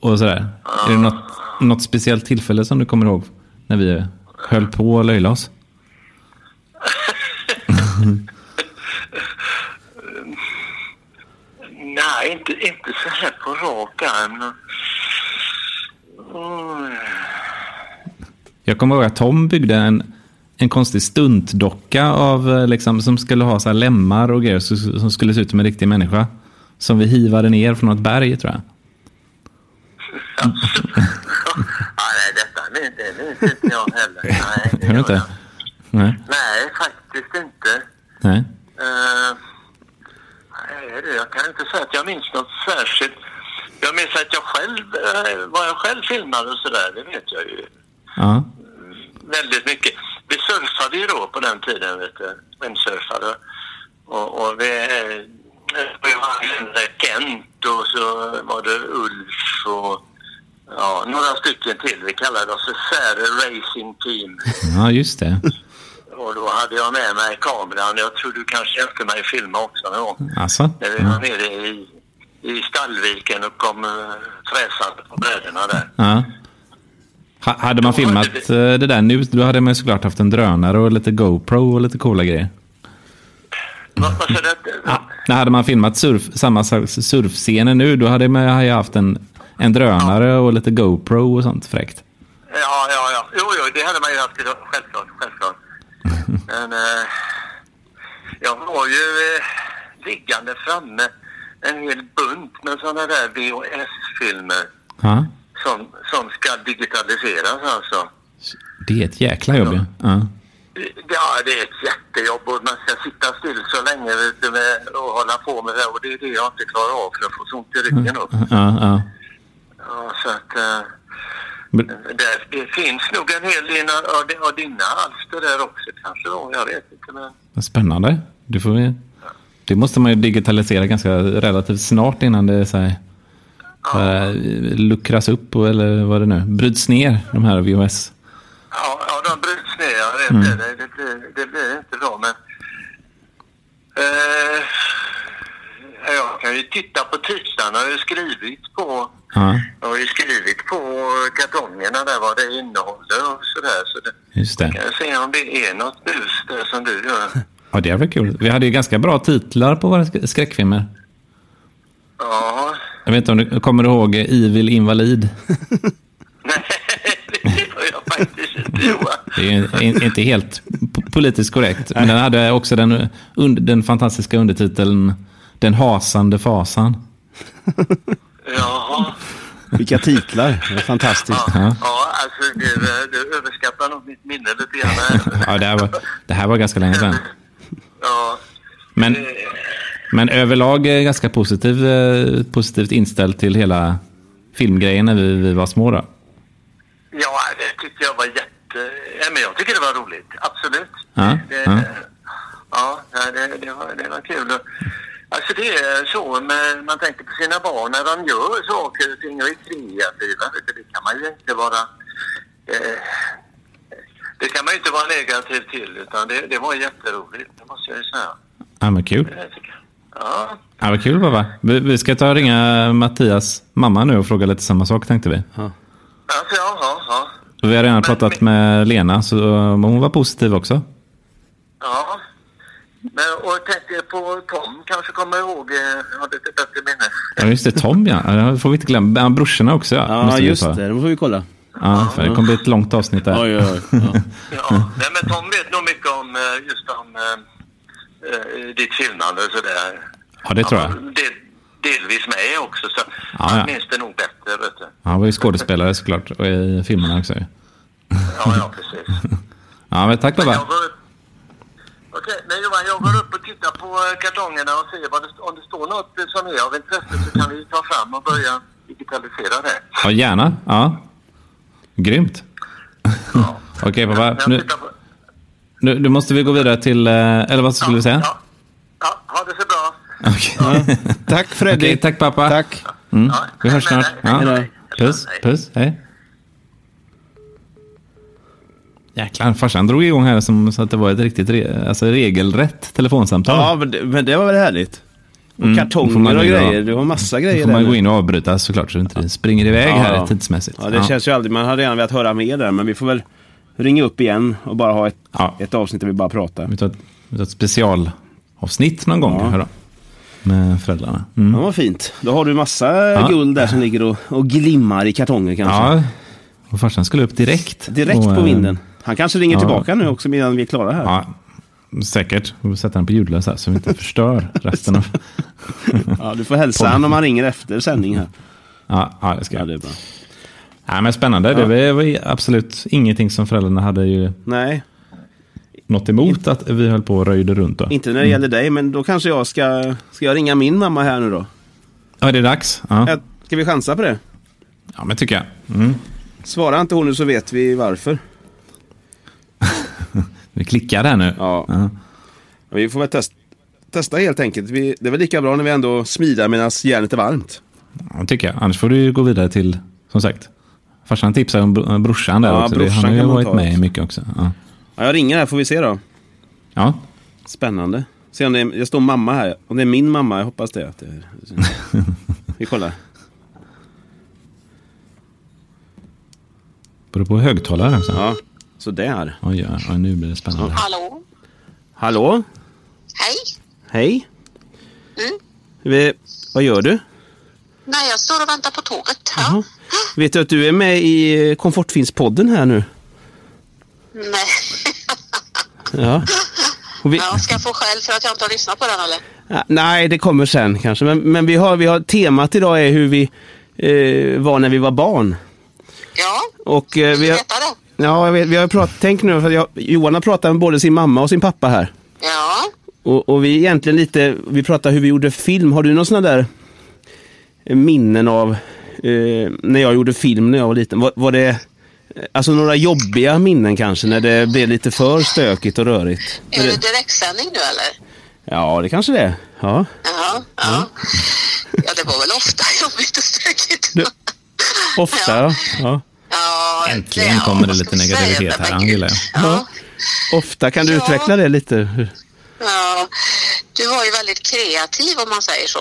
och sådär. Är det något, något speciellt tillfälle som du kommer ihåg när vi höll på och löjla oss?
Nej, inte, inte så här på rak arm. Mm.
Jag kommer ihåg att Tom byggde en, en konstig stuntdocka av, eh, liksom, som skulle ha så här lemmar och grejer som, som skulle se ut som en riktig människa. Som vi hivade ner från ett berg tror jag.
Ja, nej, detta minns, det minns inte jag heller. Nej, det
Gör du
gör
inte?
jag.
Nej.
Nej, faktiskt inte.
Nej.
Eh, nej, det- jag kan inte säga att jag minns något särskilt. Jag minns att jag själv, eh, vad jag själv filmade och sådär, det vet jag ju
Ja.
väldigt mycket. Vi surfade ju då på den tiden, vet du. Windsurfade. Och, och vi, eh, vi var Kent och så var det Ulf och ja, några stycken till. Vi kallade oss för Säre Racing Team.
ja, just det.
Och då hade jag med mig kameran. Jag tror du kanske hjälpte mig filma också någon gång.
Alltså?
När vi var nere i, i Stallviken och kom eh, fräsande på brädorna där.
Ja. Ha- Hade man filmat eh, det där nu, då hade man ju såklart haft en drönare och lite GoPro och lite coola grejer.
Vad vad sa du?
Nej, hade man filmat surf, samma slags surfscener nu, då hade man ju haft en, en drönare och lite GoPro och sånt fräckt.
Ja, ja, ja. Jo, jo, det hade man ju haft idag. Självklart, självklart. Men eh, jag var ju eh, liggande framme en hel bunt med sådana där VHS-filmer
Ja.
som, som ska digitaliseras alltså.
Det är ett jäkla jobb ju. Ja.
Ja, det är ett jättejobb och man ska sitta still så länge vet du, med, och hålla på med det och det är det jag inte klarar av för jag får så ont i ryggen upp.
Ja, ja.
Ja, så att... Eh,
Men,
Det, det finns nog en hel del av, av- av dina alster där också kanske då. Jag vet inte men...
vad spännande. Du får, ju- det måste man ju digitalisera ganska relativt snart innan det så här, så här, luckras upp och- eller vad det nu bryts ner, de här VHS.
Ja, ja de bryts ner. Jag vet det, det, blir, det blir inte bra men... Eh, jag kan ju titta på titlarna. Jag har ju skrivit på...
Ja,
Jag har ju skrivit på kartongerna där vad det innehåller och sådär. Så det,
just det.
kan jag se om det är något bus där som du gör.
Ja, det var kul. Vi hade ju ganska bra titlar på våra sk- skräckfilmer.
Ja.
Jag vet inte om du kommer ihåg Evil Invalid?
Nej, det gör jag faktiskt inte Johan.
Det är ju in- inte helt p- politiskt korrekt. Men den hade också den, und- den fantastiska undertiteln Den hasande fasan.
Jaha.
Vilka titlar. Det är fantastiskt.
Ja.
Ja, alltså du, eh, du överskattar nog mitt minne lite grann. här.
Ja, det, här var, det här var ganska länge sedan.
Ja, eh,
Men, men överlag eh, ganska positiv, eh, positivt inställd till hela filmgrejen när vi, vi var små. Då.
ja, det tyckte jag var jätte... Ja, men jag tycker det var roligt, absolut.
Ja,
det,
ja.
ja. nej, det, det, var, det var kul. Alltså det är så när man tänker på sina barn när de gör saker och ting och är kreativa. vet du, Det kan man ju inte vara... Eh, det kan man ju inte vara negativ till utan det, det var jätteroligt, det måste jag ju säga.
Ja, men kul.
Eh, tycker jag. Ja,
Ja, vad kul, Baba. Vi, vi ska ta och ringa Mattias mamma nu och fråga lite samma sak, tänkte vi.
alltså ja, ja, ja.
Vi har redan pratat med Lena, så men hon var positiv också.
ja. Men, och tänkte på Tom kanske kommer ihåg, eh, har lite bättre minne.
Ja, just det. Tom, ja. Ja, Det får vi inte glömma. Ja, Brorsorna också, ja.
Ja,
Måste vi
just
ta.
det. Det får vi kolla.
Ja, för det kommer bli ett långt avsnitt där.
Oj, oj, oj. Ja.
Ja, nej, men Tom vet nog mycket om eh, just om eh, eh, ditt filmande och sådär.
Ja, det tror jag.
Han var del, delvis med också, så
Ja,
han
ja.
minns det nog bättre. Vet du.
Ja, Han var ju skådespelare såklart och i filmerna också. ju.
Ja, ja, precis.
Ja, men tack Baba.
Jag går upp, Okej, men Johan, jag går upp och tittar på eh, kartongerna och ser vad det, om det står något eh, som är av intresse så kan vi ta fram och börja digitalisera det.
Ja, gärna. Ja. Grymt.
Ja.
Okej
Men
pappa,
jag
nu,
tittar på-
nu, nu måste vi gå vidare till, eh, eller vad skulle du säga?
Ja, ja, ha det så bra.
Okej,
Tack Freddy.
Okej, tack pappa.
Tack.
Mm.
Ja,
Vi hörs
hej med
snart.
dig. Hej med
Ja.
dig.
Puss,
Hej.
puss, hej. Jäklar, Äh, farsan drog igång här som så att det var ett riktigt re, alltså regelrätt telefonsamtal.
Ja, men det, men det var väl härligt. Och
Mm, då får man
kartonger och
ju dra.
grejer. Det var massa
Då
grejer
får man
där.
gå in och avbryta såklart så det inte springer iväg här tidsmässigt.
Ja, det känns ju aldrig. Man hade gärna velat höra mer där, men vi får väl ringa upp igen och bara ha ett,
Ja.
ett avsnitt där vi bara pratar.
Vi tar ett, vi tar ett specialavsnitt någon gång
Ja.
kanske då. Med föräldrarna. Mm.
Ja, vad fint. Då har du massa
Ja.
guld där som ligger och, och glimmar i kartonger kanske.
Ja, och farsan skulle upp direkt.
Direkt
och,
på
eh,
vinden. Han kanske ringer
ja.
tillbaka nu också medan vi är klara här.
Ja, säkert. Vi får sätta den på ljudlös här så vi inte förstör resten av...
Ja, du får hälsa han om han ringer efter sändning här.
Ja, ja, det ska
Ja,
jag.
det är bra.
Ja, men spännande. Det var ju absolut ingenting som föräldrarna hade ju
Nej,
något emot att vi höll på och röjde runt då.
inte när det gäller dig, men då kanske jag ska... Ska jag ringa min mamma här nu då?
Ja, det är dags. Ja,
Jag- Ska vi chansa på det?
ja men tycker jag. Mm.
Svarar inte hon nu så vet vi varför.
Vi klickar där nu.
Ja. Vi får väl test, testa helt enkelt. Vi, det är väl lika bra när vi ändå smidar medan järnet är varmt.
Ja, tycker jag. Annars får du ju gå vidare till, som sagt, farsan tipsar om br- brorsan där
Ja,
också.
brorsan
det, han har
kan
ju
man
varit
ta
med
också.
mycket också. Ja.
Ja, jag ringer här får vi se då.
ja.
Spännande. Se om det är, jag står mamma här. Om det är min mamma, jag hoppas det. Att det är. Vi kollar.
Beror på högtalaren också.
Ja, så där.
Oj, ja, ja, nu blir det spännande.
Hallå?
Hallå?
Hej?
Hej?
Mm.
Vi, vad gör du?
Nej, jag står och väntar på tåget. Ja.
Jaha. Vet du att du är med i Komfortfinns-podden här nu?
Nej.
Ja. Och vi,
Ja, ska jag få skäll för att jag inte har lyssnat på den eller?
Ja, Nej, det kommer sen kanske. Men, men vi har, vi har, temat idag är hur vi eh, var när vi var barn.
Ja,
Och, eh, vi
vi
har,
veta det.
ja, jag vet, vi har prat, tänk nu, för jag, Johan har pratat med både sin mamma och sin pappa här.
Ja.
Och, och vi är egentligen lite, vi pratar hur vi gjorde film. Har du någon sån där eh, minnen av eh, när jag gjorde film när jag var liten? Var, var det eh, alltså några jobbiga minnen kanske när det blev lite för stökigt och rörigt?
Är det direktsändning nu eller?
Ja, det kanske det är. Ja.
Jaha. Ja. ja, det var väl ofta jobbigt och stökigt.
Du- Ofta, ja. ja.
Ja,
Äntligen
ja,
kommer det
vad
lite
ska vi säga?
negativitet här,
Men
han gillar
gud.
jag.
Ja.
Ofta, kan du
Ja.
utveckla det lite? Hur-
Ja, du var ju väldigt kreativ om man säger så.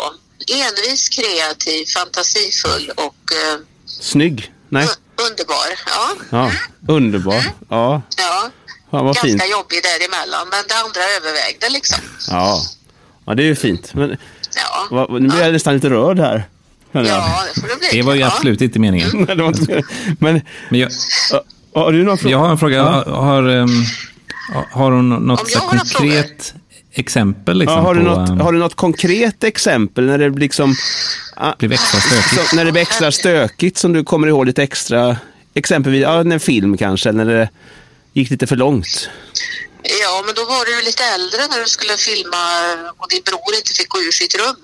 Envis, kreativ, fantasifull och eh,
Snygg? Nej?
un- underbar. Ja,
Ja, underbar. Ja,
ja.
fan vad
Ganska
fint.
jobbig däremellan, men det andra övervägde liksom.
Ja. ja, det är ju fint. Men,
Ja,
vad, nu blir jag nästan lite rörd här. känner jag.
ja det får det bli.
Det var ju
ja.
absolut inte meningen.
Nej, det var inte mer. Men,
Men jag,
ja, har du någon fråga?
jag har liksom en fråga. Har, har, ehm, har hon något
Om
så
jag har några
konkret exempel?
Ja,
Liksom,
har, du
på,
något,
ehm,
har du något konkret exempel när det blir liksom... ah,
blev extra stökigt?
så, när det blir extra stökigt som du kommer ihåg lite extra? Exempelvis ja, en film kanske, eller när det gick lite för långt.
Ja, men då var du ju lite äldre när du skulle filma och din bror inte fick gå ur sitt rum.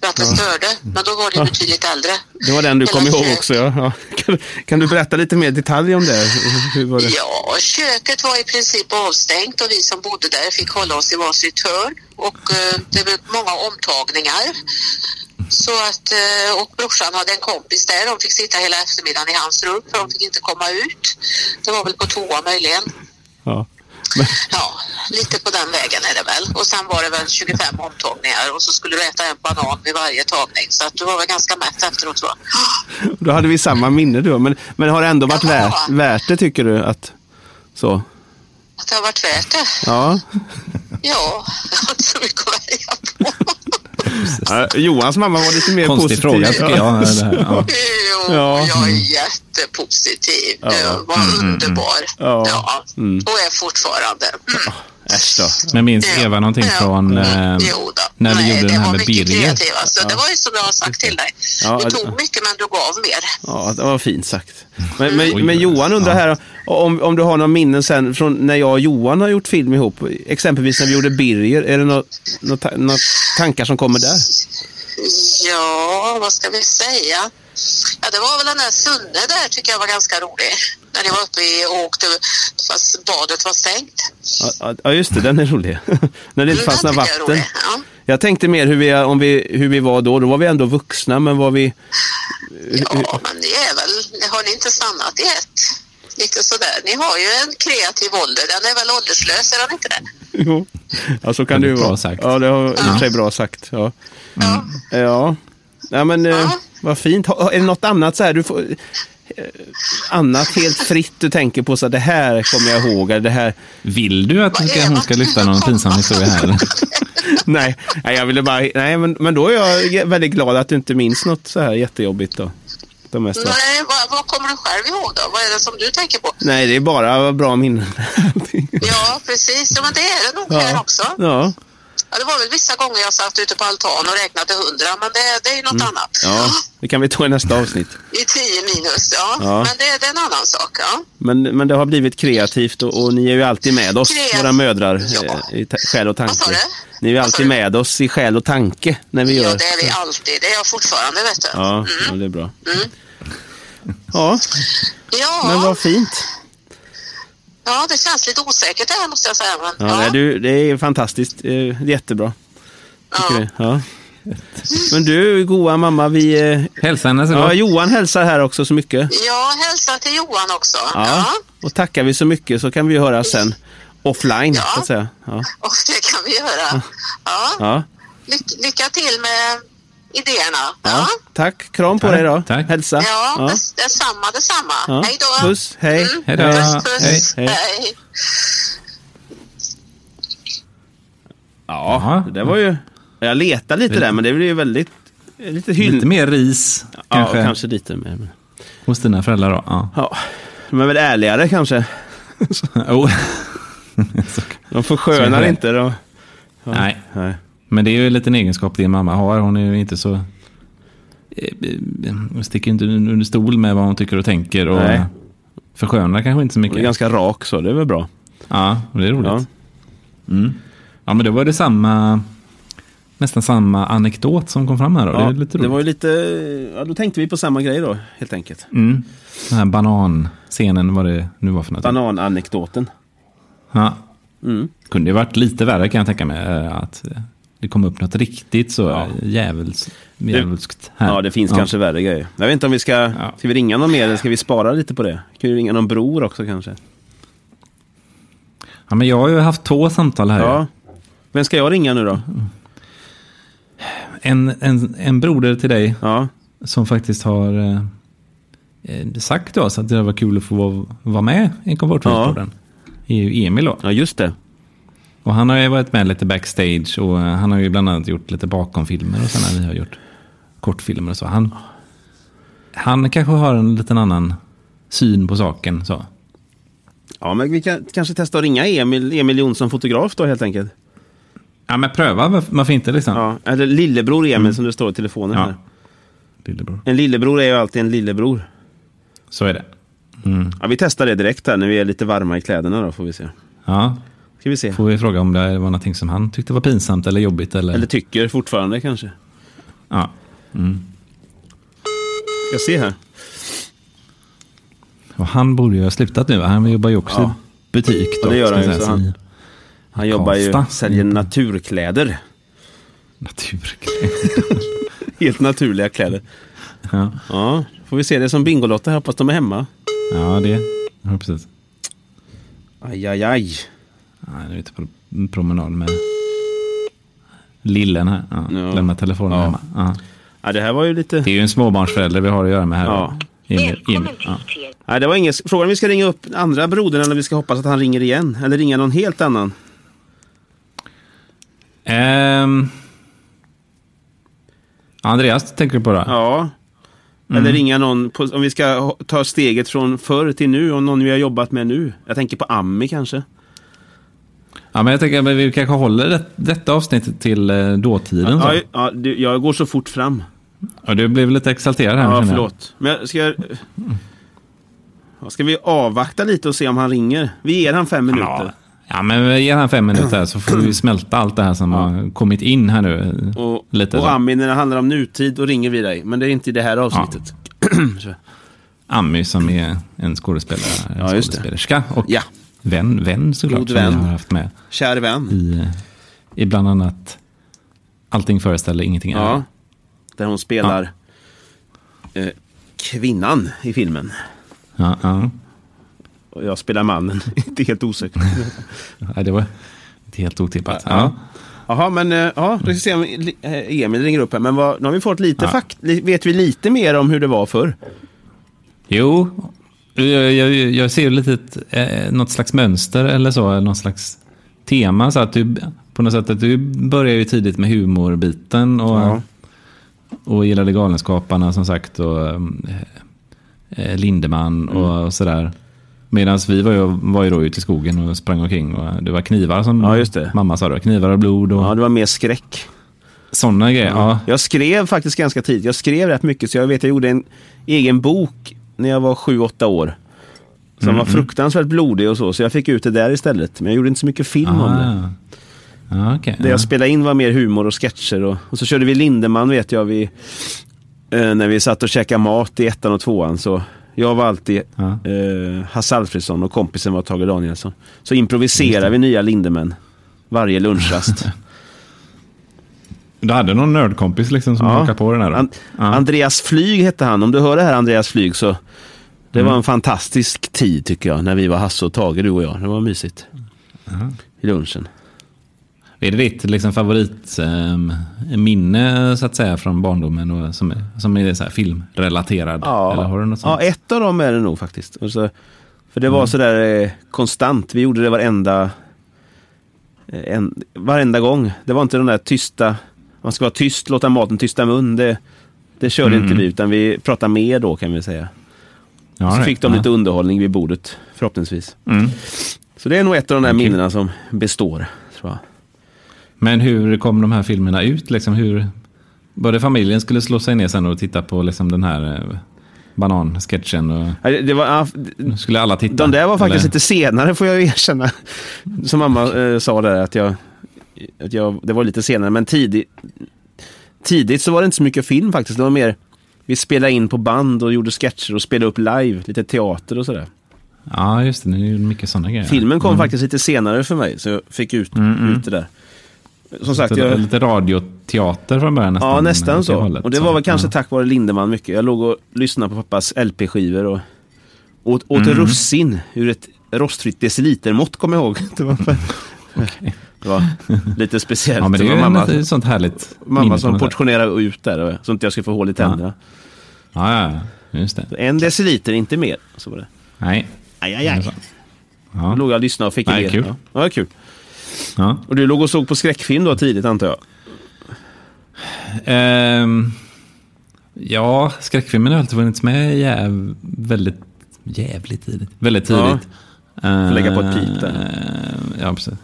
för att han störde. Men då var det betydligt äldre.
Det var den du
Hela
kom ihåg
köket.
också ja. ja. Kan, kan du berätta lite mer detalj om det? Hur var det?
Ja, köket var i princip avstängt och vi som bodde där fick hålla oss i varsitt hörn. Och eh, det blev många omtagningar. Så att, eh, och brorsan hade en kompis där. De fick sitta hela eftermiddagen i hans rum för de fick inte komma ut. Det var väl på toa möjligen.
Ja.
Ja, lite på den vägen är det väl. Och sen var det väl 25 omtagningar och så skulle du äta en banan vid varje tagning. Så att du var väl ganska mätt efteråt tror jag.
Då hade vi samma minne du men, men har det ändå varit
Ja.
värt, värt det tycker du? Att, så.
Att det har varit värt det.
Ja.
Ja, jag har inte så mycket att välja på.
Ja, Johans mamma var lite mer
Konstig
positiv.
fråga tycker jag. Det här. Ja. Mm.
Jo,
Ja.
jag är jättepositiv. Du var underbar.
Ja.
Mm.
Och är fortfarande. Mm.
Äsch då.
Men minns Eva någonting
Ja.
från eh,
Mm. Jo då.
när vi
Nej,
gjorde
det
den här
var
med
mycket
Birger?
kreativ, alltså. Det var ju som jag har sagt till dig.
Ja,
du
det-
tog mycket men du gav mer.
Ja, det var fint sagt. Men, men,
Oj,
men
oj.
Johan undrar här om, om du har några minnen sen från när jag och Johan har gjort film ihop. Exempelvis när vi gjorde Birger. Är det några nå, ta- nå tankar som kommer där?
Ja, vad ska vi säga? Ja, det var väl den där Sunne där tycker jag var ganska rolig. När ni var uppe i- och åkte fast badet var stängt.
Ja, Ja, just det. Den är rolig. när det inte
Den
fanns några
tycker jag är
vatten.
rolig, Ja.
Jag tänkte mer hur vi, om vi, hur vi var då. Då var vi ändå vuxna, men var vi...
Ja, men det är väl, har ni inte stannat i ett? Lite sådär. Ni har ju en kreativ ålder. Den är väl ålderslös, är den inte det?
Jo. Ja, så kan det
Det är
ju
bra
vara.
sagt.
Ja, det har i och för sig bra sagt. Ja.
Ja.
Ja, ja men eh,
Ja.
vad fint. Ha- Är det något annat så här du får... eh, Annat helt fritt du tänker på så här, det här kommer jag ihåg. eller Det här...
Vill du att hon ska, hon ska lyfta någon pinsam historia här? eller?
Nej, nej, jag ville bara... Nej, men, men då är jag ge- väldigt glad att du inte minns något så här jättejobbigt då. Det mesta. Nej.
Nej, vad, vad kommer du själv ihåg då? Vad är det som du tänker på?
det är bara bra minnen. Allting.
Ja, precis. Ja, men det är det nog här också.
Ja.
Ja, det var väl vissa gånger jag satt ute på altan och räknade till hundra, men det, det är ju något annat.
ja, det kan vi ta i nästa avsnitt.
I tio minus, ja.
Ja.
Men det, det är en annan sak. Ja.
Men, men det har blivit kreativt och, och ni är ju alltid med oss,
Kreativt.
våra mödrar,
Ja.
eh, i ta- själ och tanke.
sa du?
Ni är ju
Vad sa
alltid
du?
med oss i själ och tanke när vi gör
ja, det är vi alltid. Det är jag fortfarande, vet du.
Ja, ja det är bra. Ja,
Mm. Ja,
men vad fint.
ja, det känns lite osäkert det här måste jag säga. Men,
Ja, Nej, du, det är fantastiskt. Eh, Jättebra. Tycker vi.
ja.
Ja. Men du, goa mamma, vi... eh,
Hälsa henne så
Ja,
gott.
Johan hälsar här också så mycket.
Ja, hälsa till Johan också.
Ja.
Ja.
Och tackar vi så mycket så kan vi höra sen offline,
Ja.
så att säga. Ja.
Och det kan vi göra. Ja.
Ja.
Ly- lycka till med idéerna.
Ja.
Ja,
Tack, kram på
Tack,
dig då.
tack.
Hälsa.
ja, ja. Dets, detsamma, detsamma.
Ja.
Hej då. Mm.
Puss, hej.
Hej då.
Puss, puss.
Hej,
hej.
hej.
Ja,
Ja.
det var ju... Jag letar lite där, men det blir ju väldigt... Lite hyll...
Lite mer ris kanske,
Ja, kanske lite mer. men-
hos dina föräldrar då. Ja.
Ja, de är väl ärligare kanske.
Jo.
De
Som
förskönar
är-
inte. De...
Nej,
Nej.
men det är ju en liten egenskap din mamma har. Hon är ju inte så... eh, eh, Hon sticker inte under stol med vad hon tycker och tänker. Och
Nej.
förskönar kanske inte så
Hon
mycket.
är ganska rak så, det är väl bra.
Ja, och det är roligt.
Ja.
Ja. Mm. ja, men det var det samma... Nästan samma anekdot som kom fram här då. det är lite roligt.
det var ju lite, ja, då tänkte vi på samma grej då, helt enkelt.
Mm. Den här bananscenen, vad det nu var för något.
Banananekdoten.
Ja.
Mm.
Kunde ju varit lite värre kan jag tänka mig. eh, Att eh, det kom upp något riktigt så ja. djävuls, djävulskt här.
Ja, det finns kanske värre grejer. Jag vet inte om vi ska,
Ja.
ska vi ringa någon mer eller ska vi spara lite på det? Kan vi ringa någon bror också kanske?
Ja, men jag har ju haft två samtal här.
Ja. Vem ska jag ringa nu då?
En, en, en broder till dig
Ja,
som faktiskt har eh, eh, sagt till oss att det var kul att få vara, vara med i komfortfilmspodden. är ju Emil då.
ja just det.
Och han har ju varit med lite backstage och eh, han har ju bland annat gjort lite bakomfilmer och sådana vi har gjort kortfilmer och så. Han, han kanske har en liten annan syn på saken så.
Ja, men vi kan kanske testa att ringa Emil, Emil Jonsson, fotograf då helt enkelt.
Ja men pröva, varför- varför inte liksom?
Ja, eller lillebror Emil som det står i telefonen
Ja.
här.
Lillebror.
En lillebror är ju alltid en lillebror.
Så är det. Mm.
Ja, vi testar det direkt här när vi är lite varma i kläderna då får vi se.
Ja,
Ska vi se.
får vi fråga om det var någonting som han tyckte var pinsamt eller jobbigt eller?
Eller tycker fortfarande kanske.
Ja. Mm.
Jag ser här.
Och han borde ju ha slutat nu. va? Han jobbar ju också
Ja.
i butik. Då,
Ja, det gör
ska
han ju,
sägas,
så han-
i
Han jobbar ju,
Karlstad.
säljer naturkläder.
Naturkläder.
Helt naturliga kläder.
ja.
Ja, får vi se det som Bingolotta. här. Hoppas de är hemma.
ja, det. Ja, precis.
Aj, aj, aj.
Han är ute på en promenad med lillen här. Ja.
Ja.
Lämna telefonen
Ja.
hemma. Ja.
Ja, det här var ju lite...
Det är ju en småbarnsförälder vi har att göra med här.
Ja.
Emil, Emil. Ja.
Nej, det var ingen... Frågan är om vi ska ringa upp den andra brodern eller om vi ska hoppas att han ringer igen. Eller ringa någon helt annan.
Ehm. Andreas tänker du på då?
Ja.
Mm.
Eller ringa någon, på, om vi ska ho- ta steget från förr till nu, om någon vi har jobbat med nu. Jag tänker på Ami kanske.
Ja, men jag tänker att vi kanske håller det, detta avsnittet till eh, dåtiden. så.
Ja, ja, du, jag går så fort fram.
Ja, du blev lite exalterad här.
Ja,
känner jag.
förlåt. Men jag ska jag... Ja, Ska vi avvakta lite och se om han ringer? Vi ger han fem
Ja.
minuter.
ja, men vi ger han fem minuter här så får vi smälta allt det här som har kommit in här nu.
Och,
lite
och
så.
Ami, när det handlar om nutid, då ringer vi dig. Men det är inte i det här avsnittet. Så.
Ammy som är en skådespelare,
Ja, just det.
skådespelerska och
Ja.
vän, vän såklart.
God
som
vän.
vi har haft med
Kär vän.
i, eh, i bland annat Allting föreställer ingenting är.
Ja. Där hon spelar eh, kvinnan i filmen.
Ja, ja.
Och jag spelar mannen. inte helt osökt.
ja, det var inte helt otippat. Ja.
Jaha, men eh, ja, då ska vi se om li- eh, Emil ringer upp här. Men vad, nu har vi fått lite
Ja.
fakt... li- Vet vi lite mer om hur det var förr?
Jo, jag, jag, jag ser ju lite ett, eh, något slags mönster eller så, något slags tema. Så att du, på något sätt att du börjar ju tidigt med humorbiten och,
Ja.
och gillade Galenskaparna som sagt och eh, eh, Lindeman
Mm.
och, och sådär. Medan vi var ju, var ju då ute i skogen och sprang omkring och det var knivar som
Ja, just det.
mamma sa då. Knivar och blod och
Ja, det var mer skräck.
sådana grejer. Ja.
Jag skrev faktiskt ganska tidigt. Jag skrev rätt mycket, så jag vet jag gjorde en egen bok när jag var 7-8 år. Som
Mm,
var fruktansvärt blodig och så, så jag fick ut det där istället. Men jag gjorde inte så mycket film om det.
Ah. Ja, okej.
Det
ja.
jag spelade in var mer humor och sketcher. Och, och så körde vi Lindeman vet jag, vi, eh, när vi satt och käkade mat i ettan och tvåan. Så jag var alltid
Ja.
eh, Hasse Alfredson och kompisen var Tage Danielsson. Så improviserade vi nya Lindeman varje lunchrast.
Du hade någon nördkompis liksom som
Ja.
hakade på den här? då?
An-
ja.
Andreas Flyg hette han. Om du hör det här Andreas Flyg så det
Mm.
var en fantastisk tid tycker jag. När vi var Hasse och Tage, du och jag. Det var mysigt. I lunchen.
Är det ditt liksom, favoritminne så att säga från barndomen och, som, är- som är så här, filmrelaterad? Eller har du något
ja,
sånt? Mm.
ett av dem är det nog faktiskt. Och så, för det var sådär eh, konstant. Vi gjorde det varenda, eh, en, varenda gång. Det var inte de där tysta, man ska vara tyst, låta maten tysta mun. Det, det körde
Mm.
inte vi, utan vi pratade mer då kan vi säga.
Ja,
så
det-
fick de
ja.
lite underhållning vid bordet, förhoppningsvis.
Mm.
Så det är nog ett av de där
Okej.
minnena som består, tror jag.
Men hur kom de här filmerna ut? Liksom, hur... Både familjen skulle slå sig ner sen och titta på liksom, den här eh, banansketchen. Och...
Nej, Det, det var, ja,
Nu skulle alla titta.
de där var faktiskt
eller?
lite senare, får jag ju erkänna. Som mamma eh, sa där, att jag, att jag... Det var lite senare, men tidigt... Tidigt så var det inte så mycket film faktiskt. Det var mer... Vi spelade in på band och gjorde sketcher och spelade upp live, lite teater och sådär.
Ja, just det. Det är ju mycket sådana grejer.
Filmen kom faktiskt lite senare för mig, så jag fick ut, ut det där. Som sagt,
lite,
jag...
lite radioteater från början nästan.
Ja, nästan
åt det
så.
hållet,
och det
så.
var väl kanske
Ja.
tack vare Lindeman mycket. Jag låg och lyssnade på pappas LP-skivor och åt, åt
Mm.
russin ur ett rostfritt decilitermått, kommer jag ihåg. Det var, det var lite speciellt.
Ja, men det är
var
ju
mamma,
ett sånt härligt minne
mamma
på
som
något sätt.
portionerade ut där, och- så att jag skulle få hål i tänderna.
Ja, ja, ja. just det.
En deciliter, inte mer. Så var det.
Nej.
Aj, aj, aj. Då
Ja.
låg jag och lyssnade och fick
Nej,
idéer.
kul.
Ja, det var kul.
Ja.
Och du låg och såg på skräckfilm då tidigt, antar jag?
Ehm, ja, skräckfilmen har alltid funnits med jäv, väldigt, jävligt tidigt. Väldigt
Ja.
tidigt. Ja.
lägga på ett pip där.
Ja, precis.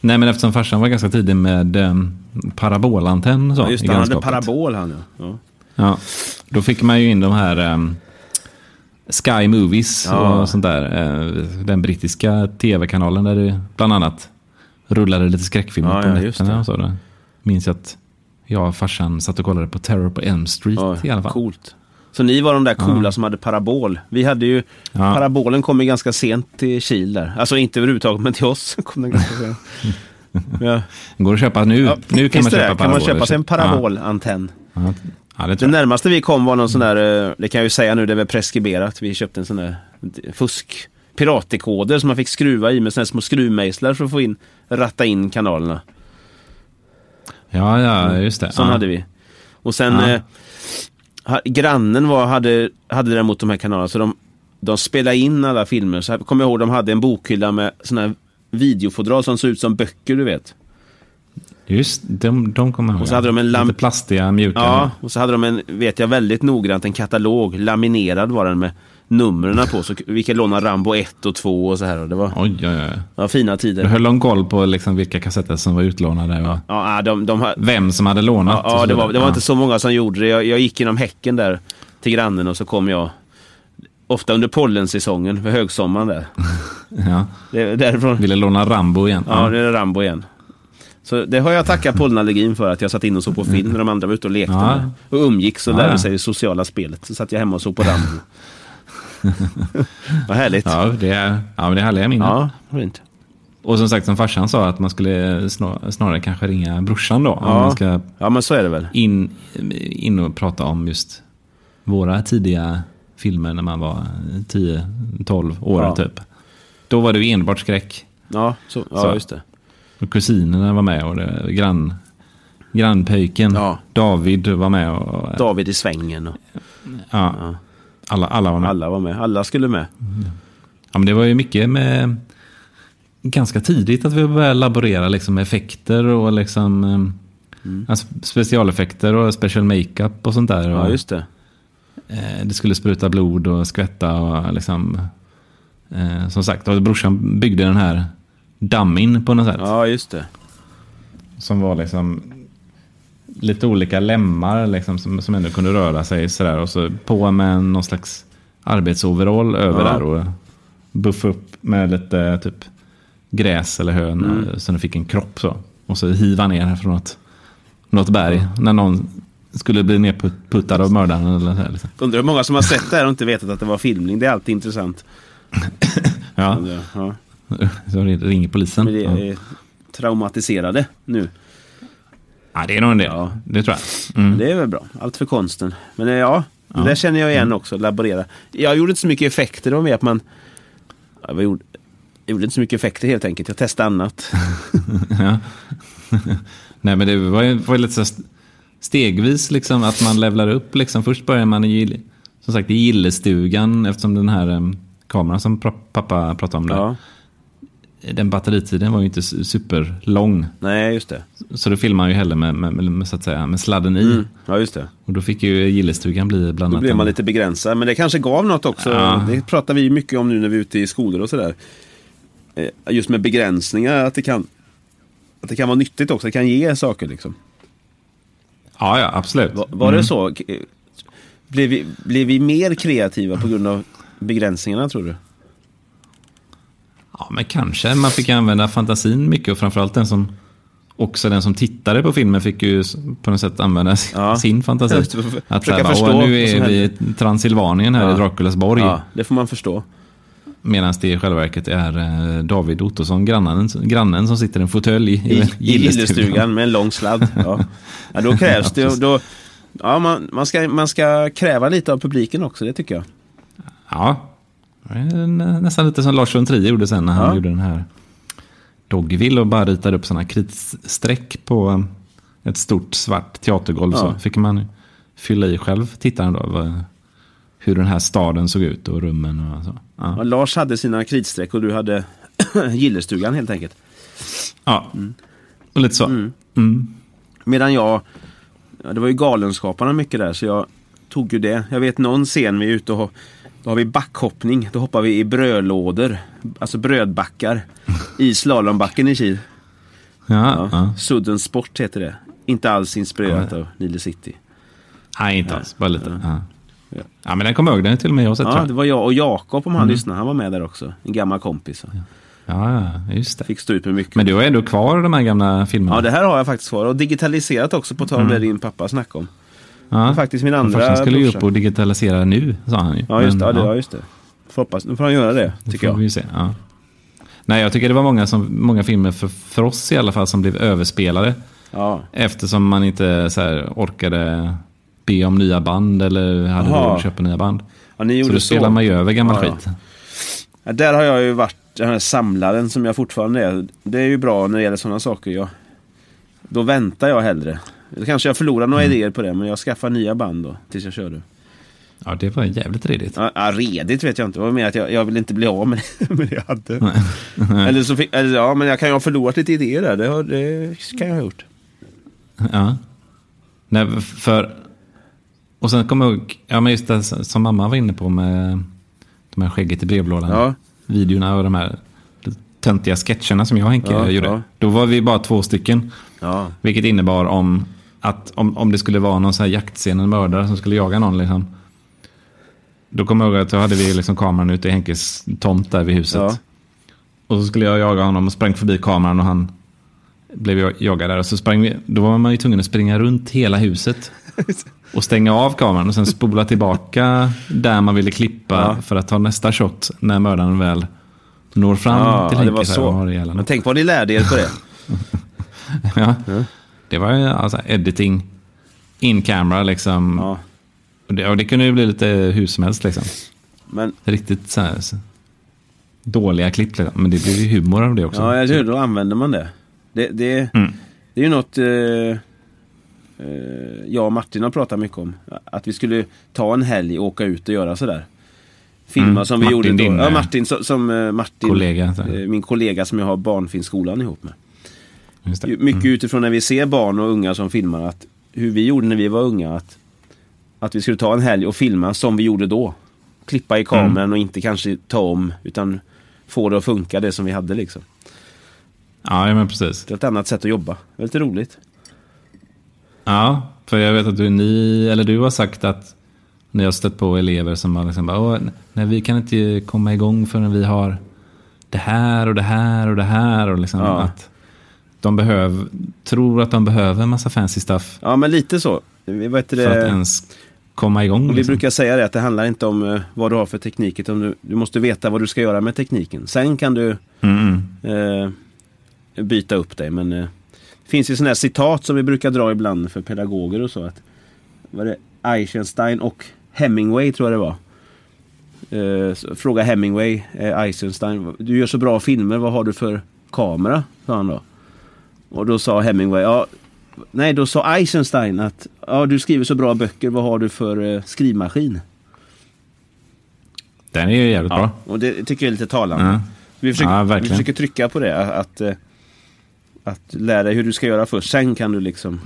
Nej, men eftersom farsan var ganska tidig med um, parabolantenn och så.
Ja, just
i
det, han hade
grannskapet.
parabol han. Ja. Ja.
Ja, då fick man ju in de här ehm, Sky Movies
Ja.
och sånt där. eh, den brittiska tv-kanalen där det bland annat rullade lite skräckfilmer
Ja,
på
ja, just
nätterna. Och så, då minns jag att jag och farsan satt och kollade på Terror på Elm Street
Ja,
i alla fall.
Coolt. Så ni var de där coola som hade parabol. Vi hade ju, parabolen kom ju ganska sent till Kil där. Alltså inte överhuvudtaget, men till oss kom den ganska sent. ja.
Går att köpa nu.
Ja,
nu kan
just
man
det
köpa
där, kan man
paraboler.
köpa sig en parabolantenn.
Ja, ja, det
Det
tror jag.
närmaste vi kom var någon sån där, eh, det kan jag ju säga nu, det är väl preskriberat. Vi köpte en sån där fusk piratekoder som man fick skruva i med såna här små skruvmejslar för att få in, ratta in kanalerna.
Ja, ja, just det.
Mm. Sån
ja.
hade vi. Och sen
Ja.
eh, ha, grannen var, hade, hade däremot de här kanalerna så de, de spelade in alla filmer. Så här, kommer jag ihåg de hade en bokhylla med såna här videofodral som såg ut som böcker du vet.
Just de, de kommer jag ihåg.
Och så hade de en lamp-
Lite plastiga, mjuka.
Ja, och så hade de en, vet jag väldigt noggrant, en katalog. Laminerad var den med numren på. Så vi kan låna Rambo 1 och 2 och så här. Och det var,
Oj, oj, oj.
det var fina
Då
tider.
höll de koll på liksom vilka kassetter som var utlånade och
Ja, de, de, de,
vem som hade lånat.
Ja,
och
ja
så
det, var,
vidare.
det var
Ja.
inte så många som gjorde det. Jag, jag gick genom häcken där till grannen och så kom jag. Ofta under pollensäsongen, för högsommaren där.
Ja.
Det, därifrån.
Ville låna Rambo igen.
Ja, det är Rambo igen. Så det har jag tackat pollenallergin för, att jag satt inne och såg på film när de andra var ute och lekte.
Mm. Ja.
med det. Och umgicks och
Ja, ja.
lärde sig det sociala spelet. Så satt jag hemma och såg på Rambo. Vad härligt. Ja,
Ja, det är, ja, men det är härliga minnen.
fint.
Och som sagt, som farsan sa, att man skulle snar, snarare kanske ringa brorsan då. Om
Ja.
man ska
Ja, men så är det väl.
in, in och prata om just våra tidiga filmer när man var 10-12 år
Ja.
typ. Då var det ju enbart skräck.
Ja, så, ja
Så.
just det.
Och kusinerna var med och det, grann, grannpöjken
Ja.
David var med. Och,
David i svängen och
ja, alla, alla var med.
alla var med. Alla skulle med.
Ja, men det var ju mycket med ganska tidigt att vi började laborera liksom, med effekter och liksom, eh, alltså, specialeffekter och special makeup och sånt där.
Mm. Ja,
och,
just det.
eh, det skulle spruta blod och skvätta och liksom, eh, som sagt, och brorsan byggde den här dammin på något sätt.
Ja, just det.
Som var liksom lite olika lemmar liksom, som, som ändå kunde röra sig sådär. Och så på med någon slags arbetsoverall över
Ja.
där och buffa upp med lite typ gräs eller hön
Mm.
eh, så den fick en kropp så. Och så hiva ner här från något, något berg när någon skulle bli nerputtad av mördaren. Eller så här, liksom.
Undrar hur många som har sett det här och inte vetat att det var filmning. Det är alltid intressant.
ja.
Ja.
Så ringer polisen.
Men det
ja.
är traumatiserade nu.
Ja, det är nog en del.
Ja.
Det tror jag. Mm.
Det är väl bra. Allt för konsten. Men eh, ja, det där känner jag igen också. Laborera. Jag gjorde inte så mycket effekter. Det var mer att man... Ja, vad gjorde... Jag gjorde inte så mycket effekter helt enkelt. Jag testade annat.
Ja. Nej, men det var ju, var ju lite så st- stegvis liksom, att man levlar upp. Liksom. Först börjar man i, gill- som sagt, i gillestugan eftersom den här em, kameran som pra- pappa pratade om där,
Ja.
den batteritiden var ju inte su- superlång.
Nej, just det.
Så då filmar man ju hellre med, med, med, med, så att säga, med sladden i.
Mm. Ja, just det.
Och då fick ju gillestugan bli bland
Då
annat...
blev man
en-
lite begränsad. Men det kanske gav något också.
Ja.
Det pratar vi ju mycket om nu när vi är ute i skolor och sådär. Eh, Just med begränsningar. Att det kan... Att det kan vara nyttigt också. Det kan ge saker liksom.
Ja, ja, absolut.
Var, var det så? K- eh, Blev vi, blev vi mer kreativa på grund av begränsningarna tror du?
Ja, men kanske. Man fick använda fantasin mycket och framförallt den som också den som tittade på filmen fick ju s- på något sätt använda s-
Ja.
sin fantasi.
Just det, för-
Att
försöka
säga, bara,
förstå
"Åh, nu
vad som
är vi i Transsylvanien här
Ja.
i Draculasborg.
Ja, det får man förstå.
Medan det i själva verket är eh, David Ottosson, grannen, grannen som sitter i en fåtölj i,
I, i
gillestugan.
gillestugan med en lång sladd. Ja. Ja, då krävs
Ja,
det.
precis.
Då, ja, man, man, ska, man ska kräva lite av publiken också, det tycker jag.
Ja, Det är nä- nästan lite som Lars von Trier gjorde sen när han
Ja.
gjorde den här Dogville och bara ritade upp sådana kritstreck på um, ett stort svart teatergolv.
Ja.
Så fick man fylla i själv, tittaren då, vad, hur den här staden såg ut och rummen och så.
Ja,
Ja,
Lars hade sina kritstreck och du hade gillestugan helt enkelt.
ja. och lite så. Mm.
Medan jag, ja, det var ju Galenskaparna mycket där, så jag tog ju det. Jag vet någon scen vi är ute och ho- då har vi backhoppning. Då hoppar vi i brödlådor, alltså brödbackar, i slalombacken i Kil.
Ja,
Ja.
ja.
Sudden Sport heter det. Inte alls inspirerat av Nile City.
Nej, inte alls, bara lite. Ja. Ja. men den kommer jag ihåg, den är till och med jag har sett.
Ja,
tror
det
jag.
var jag och Jakob om han lyssnar. Han var med där också. En gammal kompis.
Ja, ja, just det.
Fick stå ut med mycket.
Men du har ändå kvar de här gamla filmerna.
Ja, det här har jag faktiskt kvar. Och digitaliserat också, på tal om
Mm.
det din pappa snackade om.
Ja.
Och faktiskt min
Men
andra
Farsan skulle ju
brorsa.
upp och digitalisera nu, sa han ju.
Ja, just det. Ja,
Men,
det, ja, just det. Får hoppas. Nu får han göra det,
det
tycker
får vi
jag.
ju se. Ja. Nej, jag tycker det var många, som, många filmer, för, för oss i alla fall, som blev överspelade.
Ja.
Eftersom man inte så här, orkade be om nya band eller hade
Aha.
råd att köpa nya band.
Ja, ni
Så
gjorde
då
så.
spelar man ju över gammal
Ja, ja.
skit.
Ja, där har jag ju varit den här samlaren som jag fortfarande är. Det är ju bra när det gäller sådana saker. Jag, då väntar jag hellre. Då kanske jag förlorar några idéer på det, men jag skaffar nya band då, tills jag körde.
Ja, det var jävligt redigt.
Ja, ja, redigt vet jag inte. Det var mer att jag, jag ville inte bli av med det, med det jag hade. eller så fick, eller, ja, men jag kan ju ha förlorat lite idéer där. Det, har, det kan jag ha gjort.
Ja. Nej, för... Och sen kommer jag ihåg, ja men just det som mamma var inne på med de här skägget i brevlådan.
Ja.
Videorna och de här töntiga sketcherna som jag och Henke
Ja,
gjorde.
ja.
Då var vi bara två stycken.
Ja.
Vilket innebar om, att om, om det skulle vara någon så här jaktscen, en mördare som skulle jaga någon. Liksom, då kommer jag ihåg att då hade vi liksom kameran ute i Henkes tomt där vid huset.
Ja.
Och så skulle jag jaga honom och sprang förbi kameran och han blev jag- jagad där. Och så sprang vi, då var man ju tvungen att springa runt hela huset och stänga av kameran och sen spola tillbaka där man ville klippa
Ja.
för att ta nästa shot när mördaren väl når fram
Ja,
till
det
Henke.
var
här och har
så.
ihjäl honom.
Men tänk vad ni lärde er på det.
Ja. Det var ju alltså editing in camera liksom.
Ja.
Och, det, och det kunde ju bli lite hur som helst liksom.
Men
Riktigt så här så, dåliga klipp liksom. Men det blev ju humor av det också.
Ja, eller hur? Då använder man det. Det, det,
Mm.
det är ju något eh, eh, jag och Martin har pratat mycket om. Att vi skulle ta en helg och åka ut och göra sådär. Filma
Mm.
som vi
Martin,
gjorde då.
din,
ja,
eh,
Martin, som, som eh, Martin,
kollega, så.
eh, min kollega som jag har barnfilmskolan ihop med.
Just det.
Ju- Mycket utifrån när vi ser barn och unga som filmar, att hur vi gjorde när vi var unga. Att, att vi skulle ta en helg och filma som vi gjorde då. Klippa i kameran
Mm.
och inte kanske ta om, utan få det att funka, det som vi hade liksom.
Ja, ja, men precis.
Det är ett annat sätt att jobba. Det är lite roligt.
Ja, för jag vet att du, ni, eller du har sagt att ni har stött på elever som har liksom bara, "Åh, nej, vi kan inte komma igång förrän vi har det här och det här och det här och liksom
Ja.
att de behöver, tror att de behöver en massa fancy stuff
Ja, men lite så. Vi, vad heter
för att
det?
ens komma igång.
Vi
liksom.
brukar säga det att det handlar inte om eh, vad du har för teknik. Utan du, du måste veta vad du ska göra med tekniken. Sen kan du eh, byta upp dig. Men eh, det finns ju sådana här citat som vi brukar dra ibland för pedagoger och så. Att, vad är det? Eisenstein och Hemingway tror jag det var. Eh, så fråga Hemingway, eh, Eisenstein. Du gör så bra filmer, vad har du för kamera? Sa han då. Och då sa Hemingway, ja, nej då sa Eisenstein att ja, du skriver så bra böcker, vad har du för eh, skrivmaskin?
Den är ju jävligt bra.
Och det tycker jag är lite talande.
Ja.
Vi, försöker,
Ja,
vi
verkligen.
försöker trycka på det, att, eh, att lära dig hur du ska göra först, sen kan du liksom...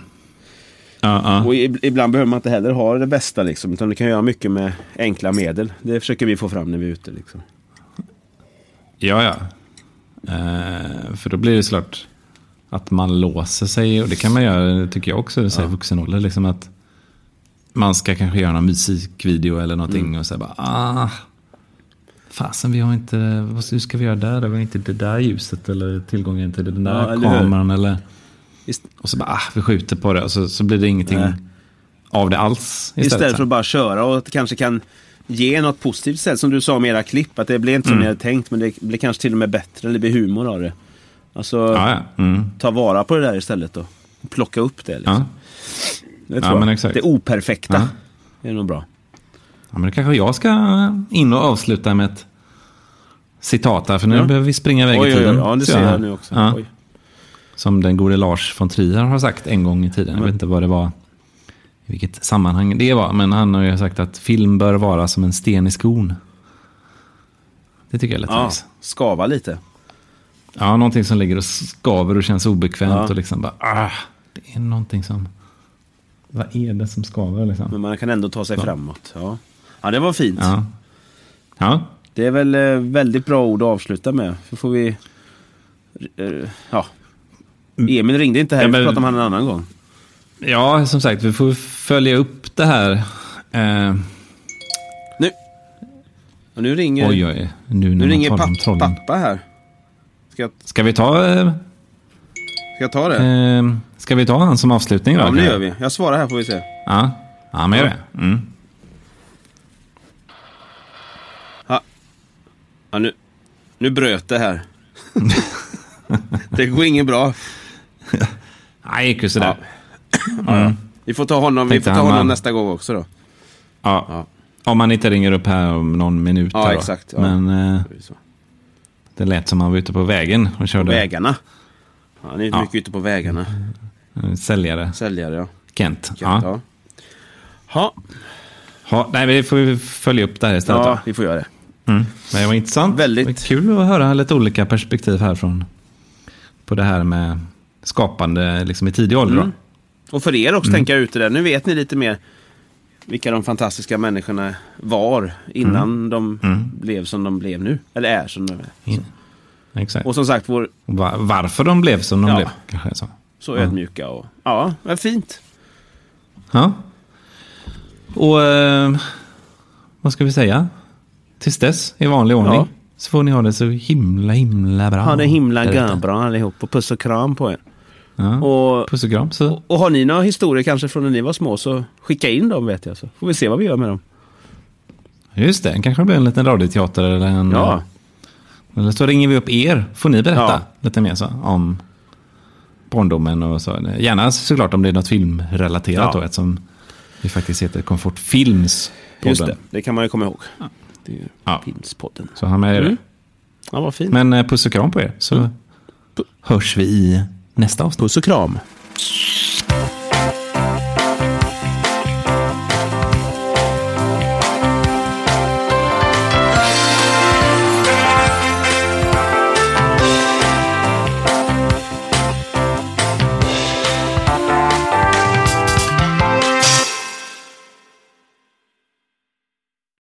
Ja, ja.
Och ib- ibland behöver man inte heller ha det bästa liksom, utan du kan göra mycket med enkla medel. Det försöker vi få fram när vi är ute liksom.
Ja, ja. Eh, för då blir det såklart att man låser sig. Och det kan man göra, tycker jag också, i ja. vuxen ålder. Liksom att man ska kanske göra någon musikvideo eller någonting.
Mm.
Och säga bara, ah, fasen vi har inte, vad, hur ska vi göra där? Vi har inte det där ljuset eller tillgången till den där
Ja, eller hur?
kameran. Eller,
Ist-
och så bara, ah, vi skjuter på det. Och så, så blir det ingenting
Nej.
av det alls. Istället,
Istället för
sen.
att bara köra och att det kanske kan ge något positivt istället. Som du sa med era klipp, att det blev inte som
Mm.
ni hade tänkt men det blir kanske till och med bättre, eller det blir humor av det. Alltså,
ja, ja. Mm.
ta vara på det där istället då. Plocka upp det liksom.
Ja.
Det,
Ja,
tror jag.
men exakt.
det operfekta är nog bra.
Ja, men då kanske jag ska in och avsluta med ett citat här, för nu
Ja.
behöver vi springa iväg i
Oj, oj,
tiden.
oj. Ja, det
Så
ser jag nu också.
Ja,
Oj.
som den gode Lars von Trier har sagt en gång i tiden. Jag vet inte vad det var, i vilket sammanhang det var, men han har ju sagt att film bör vara som en sten i skon. Det tycker jag är lite
Ja,
nice.
skava lite.
Ja, någonting som ligger och skaver och känns obekvämt
Ja.
och liksom bara, ah, det är någonting som, vad är det som skaver liksom?
Men man kan ändå ta sig framåt. Ja. ja, det var fint.
Ja. Ja,
Det är väl eh, väldigt bra ord att avsluta med. Så får vi... eh, Ja. Emil ringde inte här,
Mm. Ja,
vi
men-
får prata om han en annan gång.
Ja, som sagt, vi får följa upp det här. Eh,
Nu! Och nu ringer,
oj, oj, nu när
nu
man
ringer
talar om
pappa,
trollen.
pappa här. Ska jag,
Ska vi ta, eh,
ska jag ta det?
eh, ska vi ta han som avslutning då?
ja, men det gör vi. Jag svarar här får vi se.
Ja, ja men gör det. Mm.
Ja, nu, nu bröt det här. det går inget bra.
Nej, det gick ju sådär.
Ja. Vi får ta honom, vi
Tänkte
får ta
han
honom
vann.
nästa gång också då.
Ja.
Ja.
Om man inte ringer upp här om någon minut.
Ja,
här då.
exakt, ja.
Men eh,
Det är så.
det lät som han var ute på vägen och körde.
Vägarna. Ja, han är
Ja.
mycket ute på vägarna.
Eh, Säljare.
Säljare ja.
Kent.
Ja.
Ja.
Ja. Ha.
Ja, nej, men det får vi följa upp där istället.
ja,
Ja.
vi får göra det.
Mm. Men det var intressant.
Väldigt.
Det var kul att höra lite olika perspektiv härifrån. På det här med skapande liksom, i tidig ålder.
Mm.
då.
Och för er också tänker jag ute där. Nu vet ni lite mer vilka de fantastiska människorna var innan de blev som de blev nu. Eller är som de är.
In. Exakt.
Och som sagt, vår,
Och va- varför de blev som de
Ja.
blev. Kanske så.
så ödmjuka och... Ja, vad fint.
Ja. Och eh, vad ska vi säga? Tills dess, i vanlig ordning,
Ja.
så får ni ha det så himla, himla bra.
Ha det himla
där ute.
bra allihop och puss och kram på er.
Ja.
Och,
Puss och kram. Så.
och har ni några historier kanske från när ni var små så skicka in dem vet jag. Så får vi se vad vi gör med dem.
Just det, kanske det blir en liten radioteater eller en... eh,
Ja,
Eller så ringer vi upp er, får ni berätta
Ja.
lite mer så, om barndomen och så. Gärna såklart om det är något filmrelaterat
Ja.
då, eftersom det faktiskt heter Comfort Films.
just det. Det kan man ju komma ihåg. Det är ju
Ja.
Filmspodden.
Så ha med er det.
Mm. Ja, vad fint.
Men eh, puss och kram på er, så hörs vi i nästa avsnitt.
Puss och kram.